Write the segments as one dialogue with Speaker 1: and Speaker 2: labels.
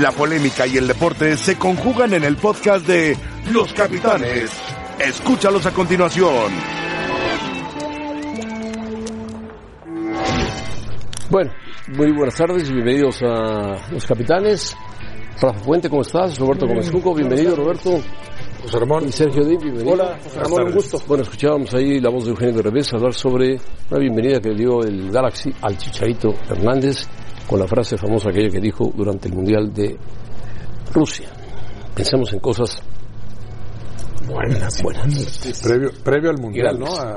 Speaker 1: La polémica y el deporte se conjugan en el podcast de Los Capitanes. Escúchalos a continuación.
Speaker 2: Bueno, muy buenas tardes y bienvenidos a Los Capitanes. Rafa Fuente, ¿cómo estás? Roberto Gómez Junco, bienvenido Roberto.
Speaker 3: José Ramón.
Speaker 2: Y Sergio Díaz, bienvenido.
Speaker 3: Hola, José Ramón, un gusto.
Speaker 2: Bueno, escuchábamos ahí la voz de Eugenio Derbez hablar sobre una bienvenida que dio el Galaxy al Chicharito Hernández con la frase famosa aquella que dijo durante el Mundial de Rusia. Pensemos en cosas buenas, buenas.
Speaker 3: Previo, previo al Mundial,
Speaker 2: Grandes.
Speaker 3: ¿no? A,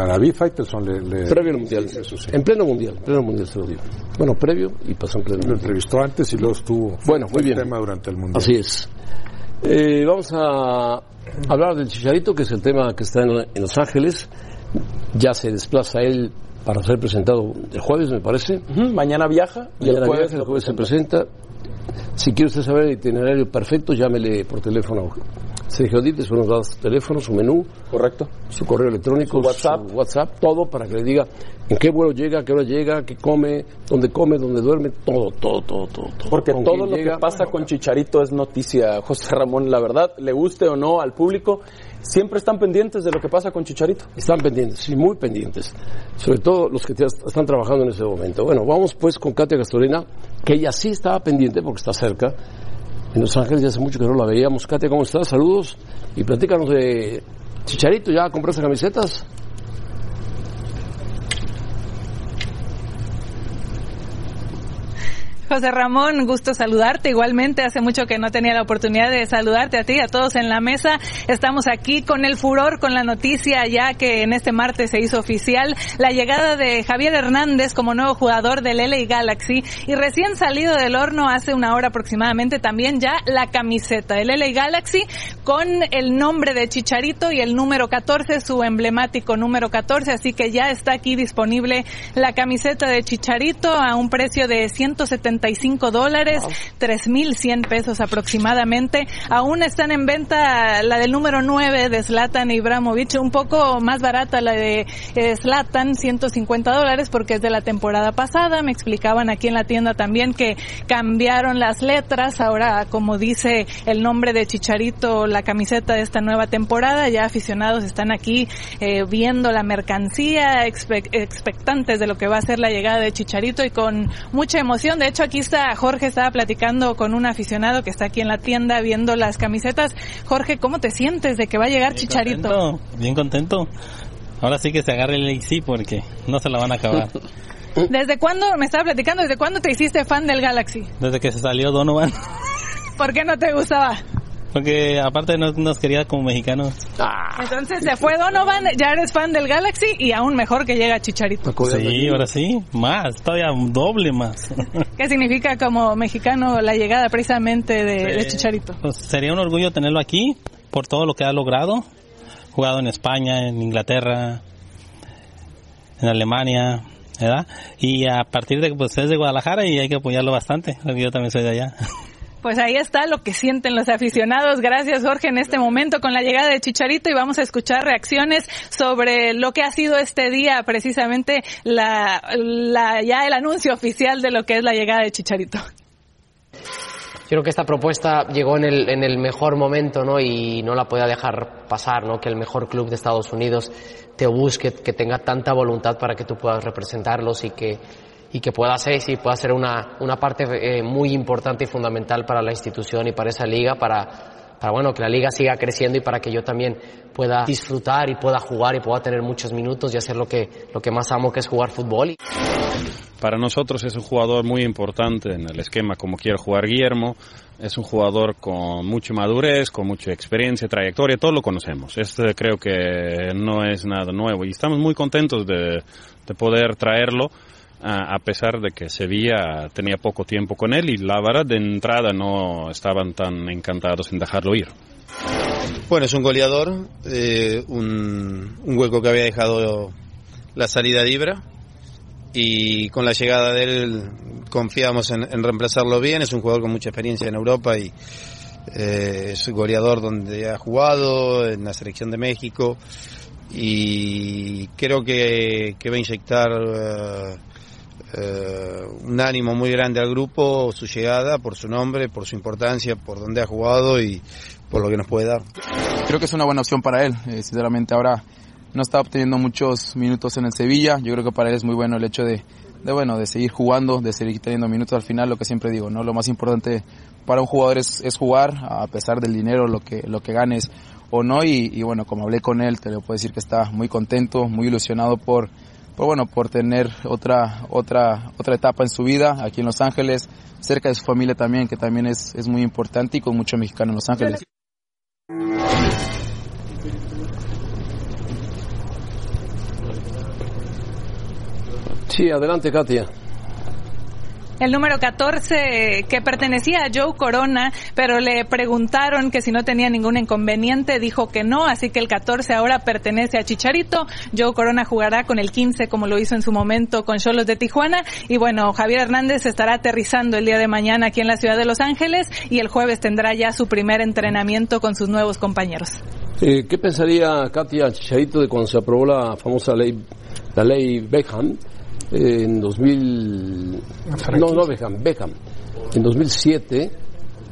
Speaker 3: a, a David Faitelson le, le-
Speaker 2: Previo al Mundial.
Speaker 3: Eso sí.
Speaker 2: En pleno Mundial, pleno Mundial se lo dio. Bueno, previo y pasó en pleno
Speaker 3: lo
Speaker 2: Mundial.
Speaker 3: entrevistó antes y luego estuvo
Speaker 2: Bueno, muy
Speaker 3: el
Speaker 2: bien.
Speaker 3: tema durante el Mundial.
Speaker 2: Así es. Eh, vamos a hablar del Chicharito, que es el tema que está en, en Los Ángeles. Ya se desplaza él para ser presentado el jueves, me parece.
Speaker 4: Ujú, Mañana viaja y el
Speaker 2: Mañana
Speaker 4: jueves
Speaker 2: viaja, el jueves se presenta. Si quiere usted saber el itinerario perfecto, llámele por teléfono a Sergio Díaz, unos datos teléfonos, su menú,
Speaker 4: Correcto.
Speaker 2: su correo electrónico,
Speaker 4: Su WhatsApp.
Speaker 2: su WhatsApp, todo para que le diga en qué vuelo llega, a qué hora llega, qué come, dónde come, dónde duerme, todo, todo, todo, todo. todo.
Speaker 4: Porque
Speaker 2: Con
Speaker 4: todo
Speaker 2: quién
Speaker 4: lo
Speaker 2: llega.
Speaker 4: que pasa con Chicharito es noticia, José Ramón, la verdad, le guste o no al público, siempre están pendientes de lo que pasa con Chicharito.
Speaker 2: Están pendientes, sí, muy pendientes. Sobre todo los que te- están trabajando en ese momento. Bueno, vamos pues con Katia Gastorena, que ella sí estaba pendiente porque está cerca. En Los Ángeles ya hace mucho que no la veíamos. Katia, ¿cómo estás? Saludos. Y platícanos de Chicharito, ¿ya compraste camisetas?
Speaker 5: José Ramón, gusto saludarte. Igualmente, hace mucho que no tenía la oportunidad de saludarte a ti, a todos en la mesa. Estamos aquí con el furor, con la noticia ya que en este martes se hizo oficial la llegada de Javier Hernández como nuevo jugador del LA Galaxy y recién salido del horno hace una hora aproximadamente también ya la camiseta del LA Galaxy con el nombre de Chicharito y el número 14, su emblemático número 14. Así que ya está aquí disponible la camiseta de Chicharito a un precio de 175 dólares, 3.100 pesos aproximadamente. Aún están en venta la del número 9 de Zlatan Ibrahimovic, un poco más barata la de eh, Zlatan, 150 dólares porque es de la temporada pasada. Me explicaban aquí en la tienda también que cambiaron las letras. Ahora, como dice el nombre de Chicharito, la camiseta de esta nueva temporada, ya aficionados están aquí eh, viendo la mercancía, expe- expectantes de lo que va a ser la llegada de Chicharito y con mucha emoción. De hecho, aquí está Jorge, estaba platicando con un aficionado que está aquí en la tienda viendo las camisetas. Jorge, ¿cómo te sientes de que va a llegar Chicharito?
Speaker 6: Contento, bien contento. Ahora sí que se agarre el sí porque no se la van a acabar.
Speaker 5: ¿Desde cuándo, me estaba platicando, desde cuándo te hiciste fan del Galaxy?
Speaker 6: Desde que se salió Donovan,
Speaker 5: ¿Por qué no te gustaba?
Speaker 6: porque aparte no nos quería como mexicanos.
Speaker 5: Entonces se fue Donovan, ya eres fan del Galaxy y aún mejor que llega Chicharito.
Speaker 6: Sí, ahora sí, más, todavía doble más.
Speaker 5: ¿Qué significa como mexicano la llegada precisamente de, de Chicharito?
Speaker 6: Pues sería un orgullo tenerlo aquí por todo lo que ha logrado. Jugado en España, en Inglaterra, en Alemania, ¿verdad? Y a partir de que pues es de Guadalajara y hay que apoyarlo bastante, porque yo también soy de allá.
Speaker 5: Pues ahí está lo que sienten los aficionados. Gracias Jorge en este momento con la llegada de Chicharito y vamos a escuchar reacciones sobre lo que ha sido este día, precisamente la, la- ya el anuncio oficial de lo que es la llegada de Chicharito.
Speaker 7: Yo creo que esta propuesta llegó en el, en el mejor momento ¿no? y no la podía dejar pasar, ¿no? que el mejor club de Estados Unidos te busque, que tenga tanta voluntad para que tú puedas representarlos y que, y que puedas ser, y puedas ser una, una parte eh, muy importante y fundamental para la institución y para esa liga, para, para bueno, que la liga siga creciendo y para que yo también pueda disfrutar y pueda jugar y pueda tener muchos minutos y hacer lo que, lo que más amo, que es jugar fútbol. Y-
Speaker 8: Para nosotros es un jugador muy importante en el esquema como quiere jugar Guillermo. Es un jugador con mucha madurez, con mucha experiencia, trayectoria, todo lo conocemos. Esto creo que no es nada nuevo y estamos muy contentos de, de poder traerlo a, a pesar de que Sevilla tenía poco tiempo con él y la verdad de entrada no estaban tan encantados en dejarlo ir.
Speaker 9: Bueno, es un goleador, eh, un, un hueco que había dejado la salida de Ibra y con la llegada de él confiamos en, en reemplazarlo bien, es un jugador con mucha experiencia en Europa y eh, es un goleador donde ha jugado, en la selección de México y creo que, que va a inyectar eh, eh, un ánimo muy grande al grupo, su llegada, por su nombre, por su importancia, por donde ha jugado y por lo que nos puede dar.
Speaker 10: Creo que es una buena opción para él. eh, sinceramente, ahora no está obteniendo muchos minutos en el Sevilla. Yo creo que para él es muy bueno el hecho de, de, bueno, de seguir jugando, de seguir teniendo minutos al final, lo que siempre digo, ¿no? Lo más importante para un jugador es, es jugar, a pesar del dinero, lo que, lo que ganes o no. Y, y bueno, como hablé con él, te lo puedo decir que está muy contento, muy ilusionado por, por bueno, por tener otra, otra, otra etapa en su vida aquí en Los Ángeles, cerca de su familia también, que también es, es muy importante y con mucho mexicano en Los Ángeles.
Speaker 2: Sí, adelante, Katia.
Speaker 5: El número 14 que pertenecía a Joe Corona, pero le preguntaron que si no tenía ningún inconveniente, dijo que no, así que el 14 ahora pertenece a Chicharito. Joe Corona jugará con el 15 como lo hizo en su momento con Cholos de Tijuana y bueno, Javier Hernández estará aterrizando el día de mañana aquí en la ciudad de Los Ángeles y el jueves tendrá ya su primer entrenamiento con sus nuevos compañeros.
Speaker 2: Eh, ¿Qué pensaría Katia Chicharito de cuando se aprobó la famosa ley, la ley Beckham eh, en 2000? No, no Beckham, Beckham. En 2007,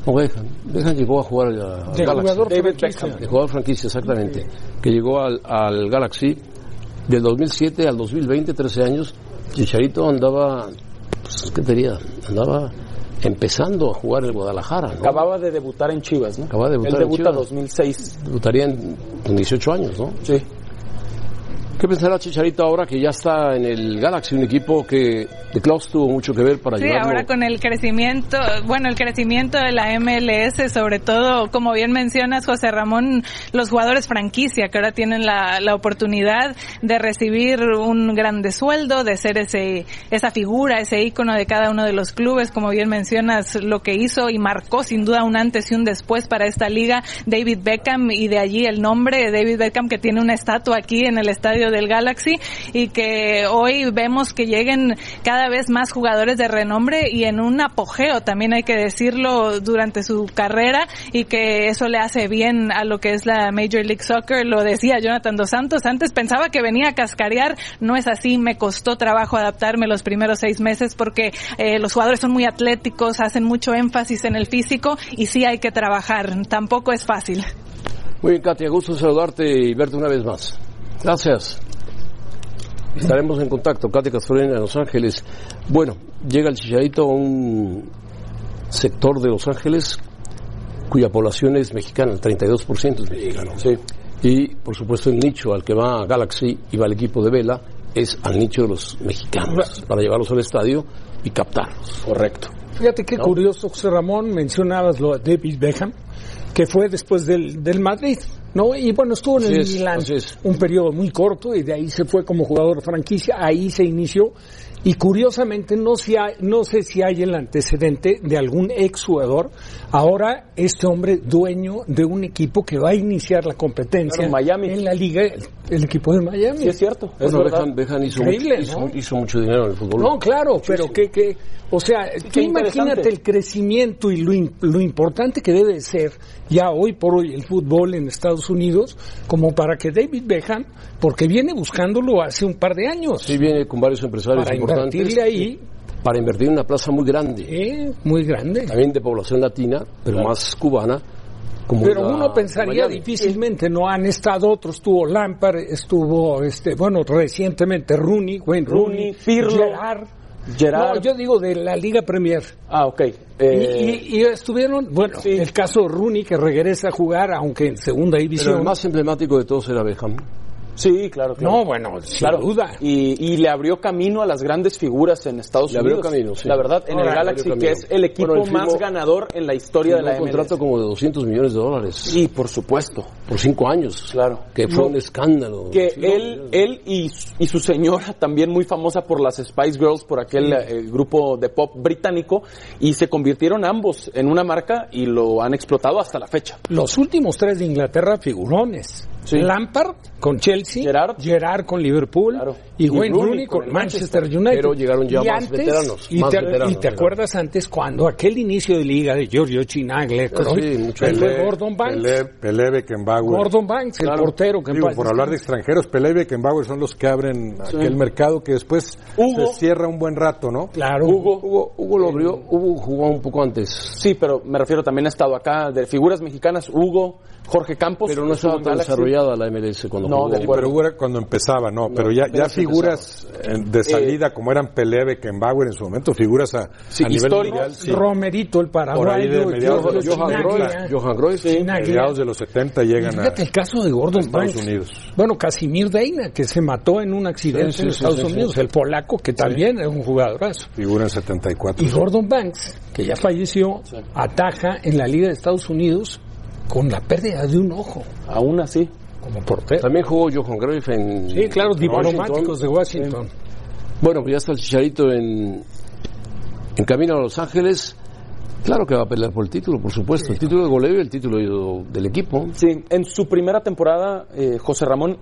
Speaker 2: no Beckham, Beckham llegó a jugar al al
Speaker 3: De
Speaker 2: Galaxy.
Speaker 3: jugador David franquicia. Beckham.
Speaker 2: De jugador franquicia, exactamente. Que llegó al, al Galaxy del 2007 al 2020, 13 años. Chicharito andaba, pues, ¿qué te diría? Andaba empezando a jugar en el Guadalajara, ¿no?
Speaker 4: Acababa de debutar en Chivas, ¿no?
Speaker 2: Acaba de debutar
Speaker 4: Él
Speaker 2: en
Speaker 4: debuta
Speaker 2: Chivas.
Speaker 4: 2006.
Speaker 2: Debutaría en- con 18 años, ¿no?
Speaker 4: Sí.
Speaker 2: ¿Qué pensará Chicharito ahora que ya está en el Galaxy, un equipo que de Klaus tuvo mucho que ver para
Speaker 5: Sí,
Speaker 2: ayudarlo?
Speaker 5: ahora con el crecimiento, bueno, el crecimiento de la MLS, sobre todo, como bien mencionas, José Ramón, los jugadores franquicia que ahora tienen la, la oportunidad de recibir un grande sueldo, de ser ese, esa figura, ese ícono de cada uno de los clubes, como bien mencionas, lo que hizo y marcó sin duda un antes y un después para esta liga, David Beckham, y de allí el nombre, David Beckham, que tiene una estatua aquí en el estadio del Galaxy, y que hoy vemos que lleguen cada vez más jugadores de renombre y en un apogeo, también hay que decirlo, durante su carrera y que eso le hace bien a lo que es la Major League Soccer. Lo decía Jonathan Dos Santos, antes pensaba que venía a cascarear, no es así, me costó trabajo adaptarme los primeros seis meses porque eh, los jugadores son muy atléticos, hacen mucho énfasis en el físico y sí hay que trabajar, tampoco es fácil.
Speaker 2: Muy bien, Katia, gusto saludarte y verte una vez más. Gracias. Estaremos en contacto, Katia Castorena de Los Ángeles. Bueno, llega el Chicharito a un sector de Los Ángeles cuya población es mexicana, el 32% es mexicano. Y, por supuesto, el nicho al que va Galaxy y va el equipo de Vela es al nicho de los mexicanos, para llevarlos al estadio y captarlos. Correcto.
Speaker 11: Fíjate qué curioso, José Ramón, mencionabas lo de David Beckham, que fue después del, del Madrid, ¿no? Y bueno, estuvo en
Speaker 2: Así
Speaker 11: el
Speaker 2: es,
Speaker 11: Milan
Speaker 2: así es.
Speaker 11: un periodo muy corto y de ahí se fue como jugador franquicia, ahí se inició. Y curiosamente, no, si hay- no sé si hay el antecedente de algún exjugador. Ahora, este hombre dueño de un equipo que va a iniciar la competencia
Speaker 4: Claro, Miami.
Speaker 11: en la liga, el, el equipo de Miami.
Speaker 4: Sí, es cierto. Es
Speaker 2: Bueno,
Speaker 4: verdad.
Speaker 2: Beckham, Beckham hizo,
Speaker 11: Increíble,
Speaker 2: mucho,
Speaker 11: ¿no?
Speaker 2: hizo, hizo mucho dinero en el fútbol.
Speaker 11: No, claro, pero que, que, o sea, tú imagínate
Speaker 4: interesante.
Speaker 11: el crecimiento y lo, im- lo importante que debe de ser ya hoy por hoy el fútbol en Estados Unidos, como para que David Beckham, porque viene buscándolo hace un par de años,
Speaker 2: Sí, viene con varios empresarios
Speaker 11: para
Speaker 2: importantes.
Speaker 11: invertirle ahí,
Speaker 2: para invertir en una plaza muy grande,
Speaker 11: eh, muy grande.
Speaker 2: también de población latina, pero más cubana. Como
Speaker 11: Pero
Speaker 2: la-
Speaker 11: uno pensaría
Speaker 2: Miami.
Speaker 11: difícilmente, no han estado otros, estuvo Lampard, estuvo, este, bueno, recientemente Rooney, Wayne Rooney,
Speaker 4: Rooney, Pirlo,
Speaker 11: Gerrard.
Speaker 4: Gerrard.
Speaker 11: No, yo digo de la Liga Premier.
Speaker 4: Ah, ok.
Speaker 11: Y,
Speaker 4: Eh,
Speaker 11: y- y estuvieron, bueno,
Speaker 4: Sí.
Speaker 11: el caso Rooney que regresa a jugar, aunque en segunda
Speaker 2: Pero
Speaker 11: división.
Speaker 2: el más emblemático de todos era Beckham.
Speaker 4: sí, claro, claro.
Speaker 11: no, bueno, sin
Speaker 4: Claro,
Speaker 11: duda.
Speaker 4: Y, y le abrió camino a las grandes figuras en Estados
Speaker 2: Le abrió
Speaker 4: Unidos.
Speaker 2: camino, sí.
Speaker 4: La verdad,
Speaker 2: Ahora,
Speaker 4: en el
Speaker 2: le abrió
Speaker 4: Galaxy,
Speaker 2: camino.
Speaker 4: que es el equipo
Speaker 2: Bueno, él
Speaker 4: más
Speaker 2: firmó-
Speaker 4: ganador en la historia de
Speaker 2: Firmó
Speaker 4: la
Speaker 2: un
Speaker 4: MLS.
Speaker 2: contrato como de 200 millones de dólares
Speaker 4: Sí, por supuesto.
Speaker 2: por cinco años.
Speaker 4: Claro.
Speaker 2: Que fue un escándalo.
Speaker 4: Que
Speaker 2: Sí,
Speaker 4: él, él y, su- y su señora, también muy famosa por las Spice Girls, por aquel eh, grupo de pop británico, y se convirtieron ambos en una marca y lo han explotado hasta la fecha.
Speaker 11: Los últimos tres de Inglaterra, figurones. Lampard con Chelsea, Gerard, con Liverpool y,
Speaker 2: Y
Speaker 11: Wayne
Speaker 2: Rooney
Speaker 11: Rooney
Speaker 2: con
Speaker 11: con
Speaker 2: el
Speaker 11: Manchester
Speaker 2: Manchester.
Speaker 11: United.
Speaker 2: Pero llegaron ya
Speaker 11: Y
Speaker 2: más
Speaker 11: antes-
Speaker 2: veteranos,
Speaker 11: Y
Speaker 2: más
Speaker 11: te,
Speaker 2: veteranos,
Speaker 11: y te
Speaker 2: ¿verdad?
Speaker 11: acuerdas antes cuando aquel inicio de liga de Giorgio
Speaker 2: Ah,
Speaker 11: Chinaglia, Cruyff, Pelé, Gordon Banks,
Speaker 3: Pelé, Pelé Beckenbauer.
Speaker 11: Gordon Banks, el portero que en
Speaker 3: Digo,
Speaker 11: paz
Speaker 3: por hablar de
Speaker 11: descanse.
Speaker 3: extranjeros, Pelé y Beckenbauer son los que abren
Speaker 2: Sí.
Speaker 3: aquel mercado que después
Speaker 2: Hugo.
Speaker 3: se cierra un buen rato, ¿no?
Speaker 11: Claro.
Speaker 4: Hugo.
Speaker 2: Hugo, lo abrió, Hugo jugó un poco antes.
Speaker 4: Sí, pero me refiero también ha estado acá de figuras mexicanas, Hugo, Jorge Campos.
Speaker 2: Pero no
Speaker 4: estuvo
Speaker 2: estaba
Speaker 4: en
Speaker 2: tan
Speaker 4: Galaxy.
Speaker 2: desarrollada la MLS cuando
Speaker 4: No,
Speaker 2: jugó.
Speaker 4: de
Speaker 3: Sí, pero Hugo era cuando empezaba, no, pero ya,
Speaker 2: apenas
Speaker 3: ya figuras eh, de salida como eran Pelé, Beckenbauer en su momento, figuras a, a nivel mundial, sí.
Speaker 11: Romerito, el
Speaker 3: Por ahí de
Speaker 11: paraguayo,
Speaker 3: mediados,
Speaker 11: Giorgio
Speaker 3: Johan
Speaker 11: Chinaglia.
Speaker 3: Cruyff,
Speaker 2: Johan Cruyff,
Speaker 11: Chinaglia.
Speaker 3: mediados de los 70 llegan a
Speaker 11: Fíjate el caso de Gordon
Speaker 3: Estados
Speaker 11: Banks.
Speaker 3: Unidos.
Speaker 11: Bueno, Casimir Deina, que se mató en un accidente
Speaker 3: Sí, sí,
Speaker 11: en
Speaker 3: sí,
Speaker 11: Estados
Speaker 3: sí, sí.
Speaker 11: Unidos, el polaco, que también es un jugadorazo.
Speaker 3: Figura en 74.
Speaker 11: Y Gordon Banks, que ya falleció, ataja en la Liga de Estados Unidos con la pérdida de un ojo.
Speaker 4: Aún así.
Speaker 11: Como portero.
Speaker 2: También jugó Johan Cruyff en.
Speaker 11: Sí, claro,
Speaker 2: en Washington.
Speaker 11: diplomáticos de Washington.
Speaker 2: Bueno, pues ya está el Chicharito en, en camino a Los Ángeles. Claro que va a pelear por el título, por supuesto. El título de goleo y el título del equipo.
Speaker 4: Sí, en su primera temporada, eh, José Ramón,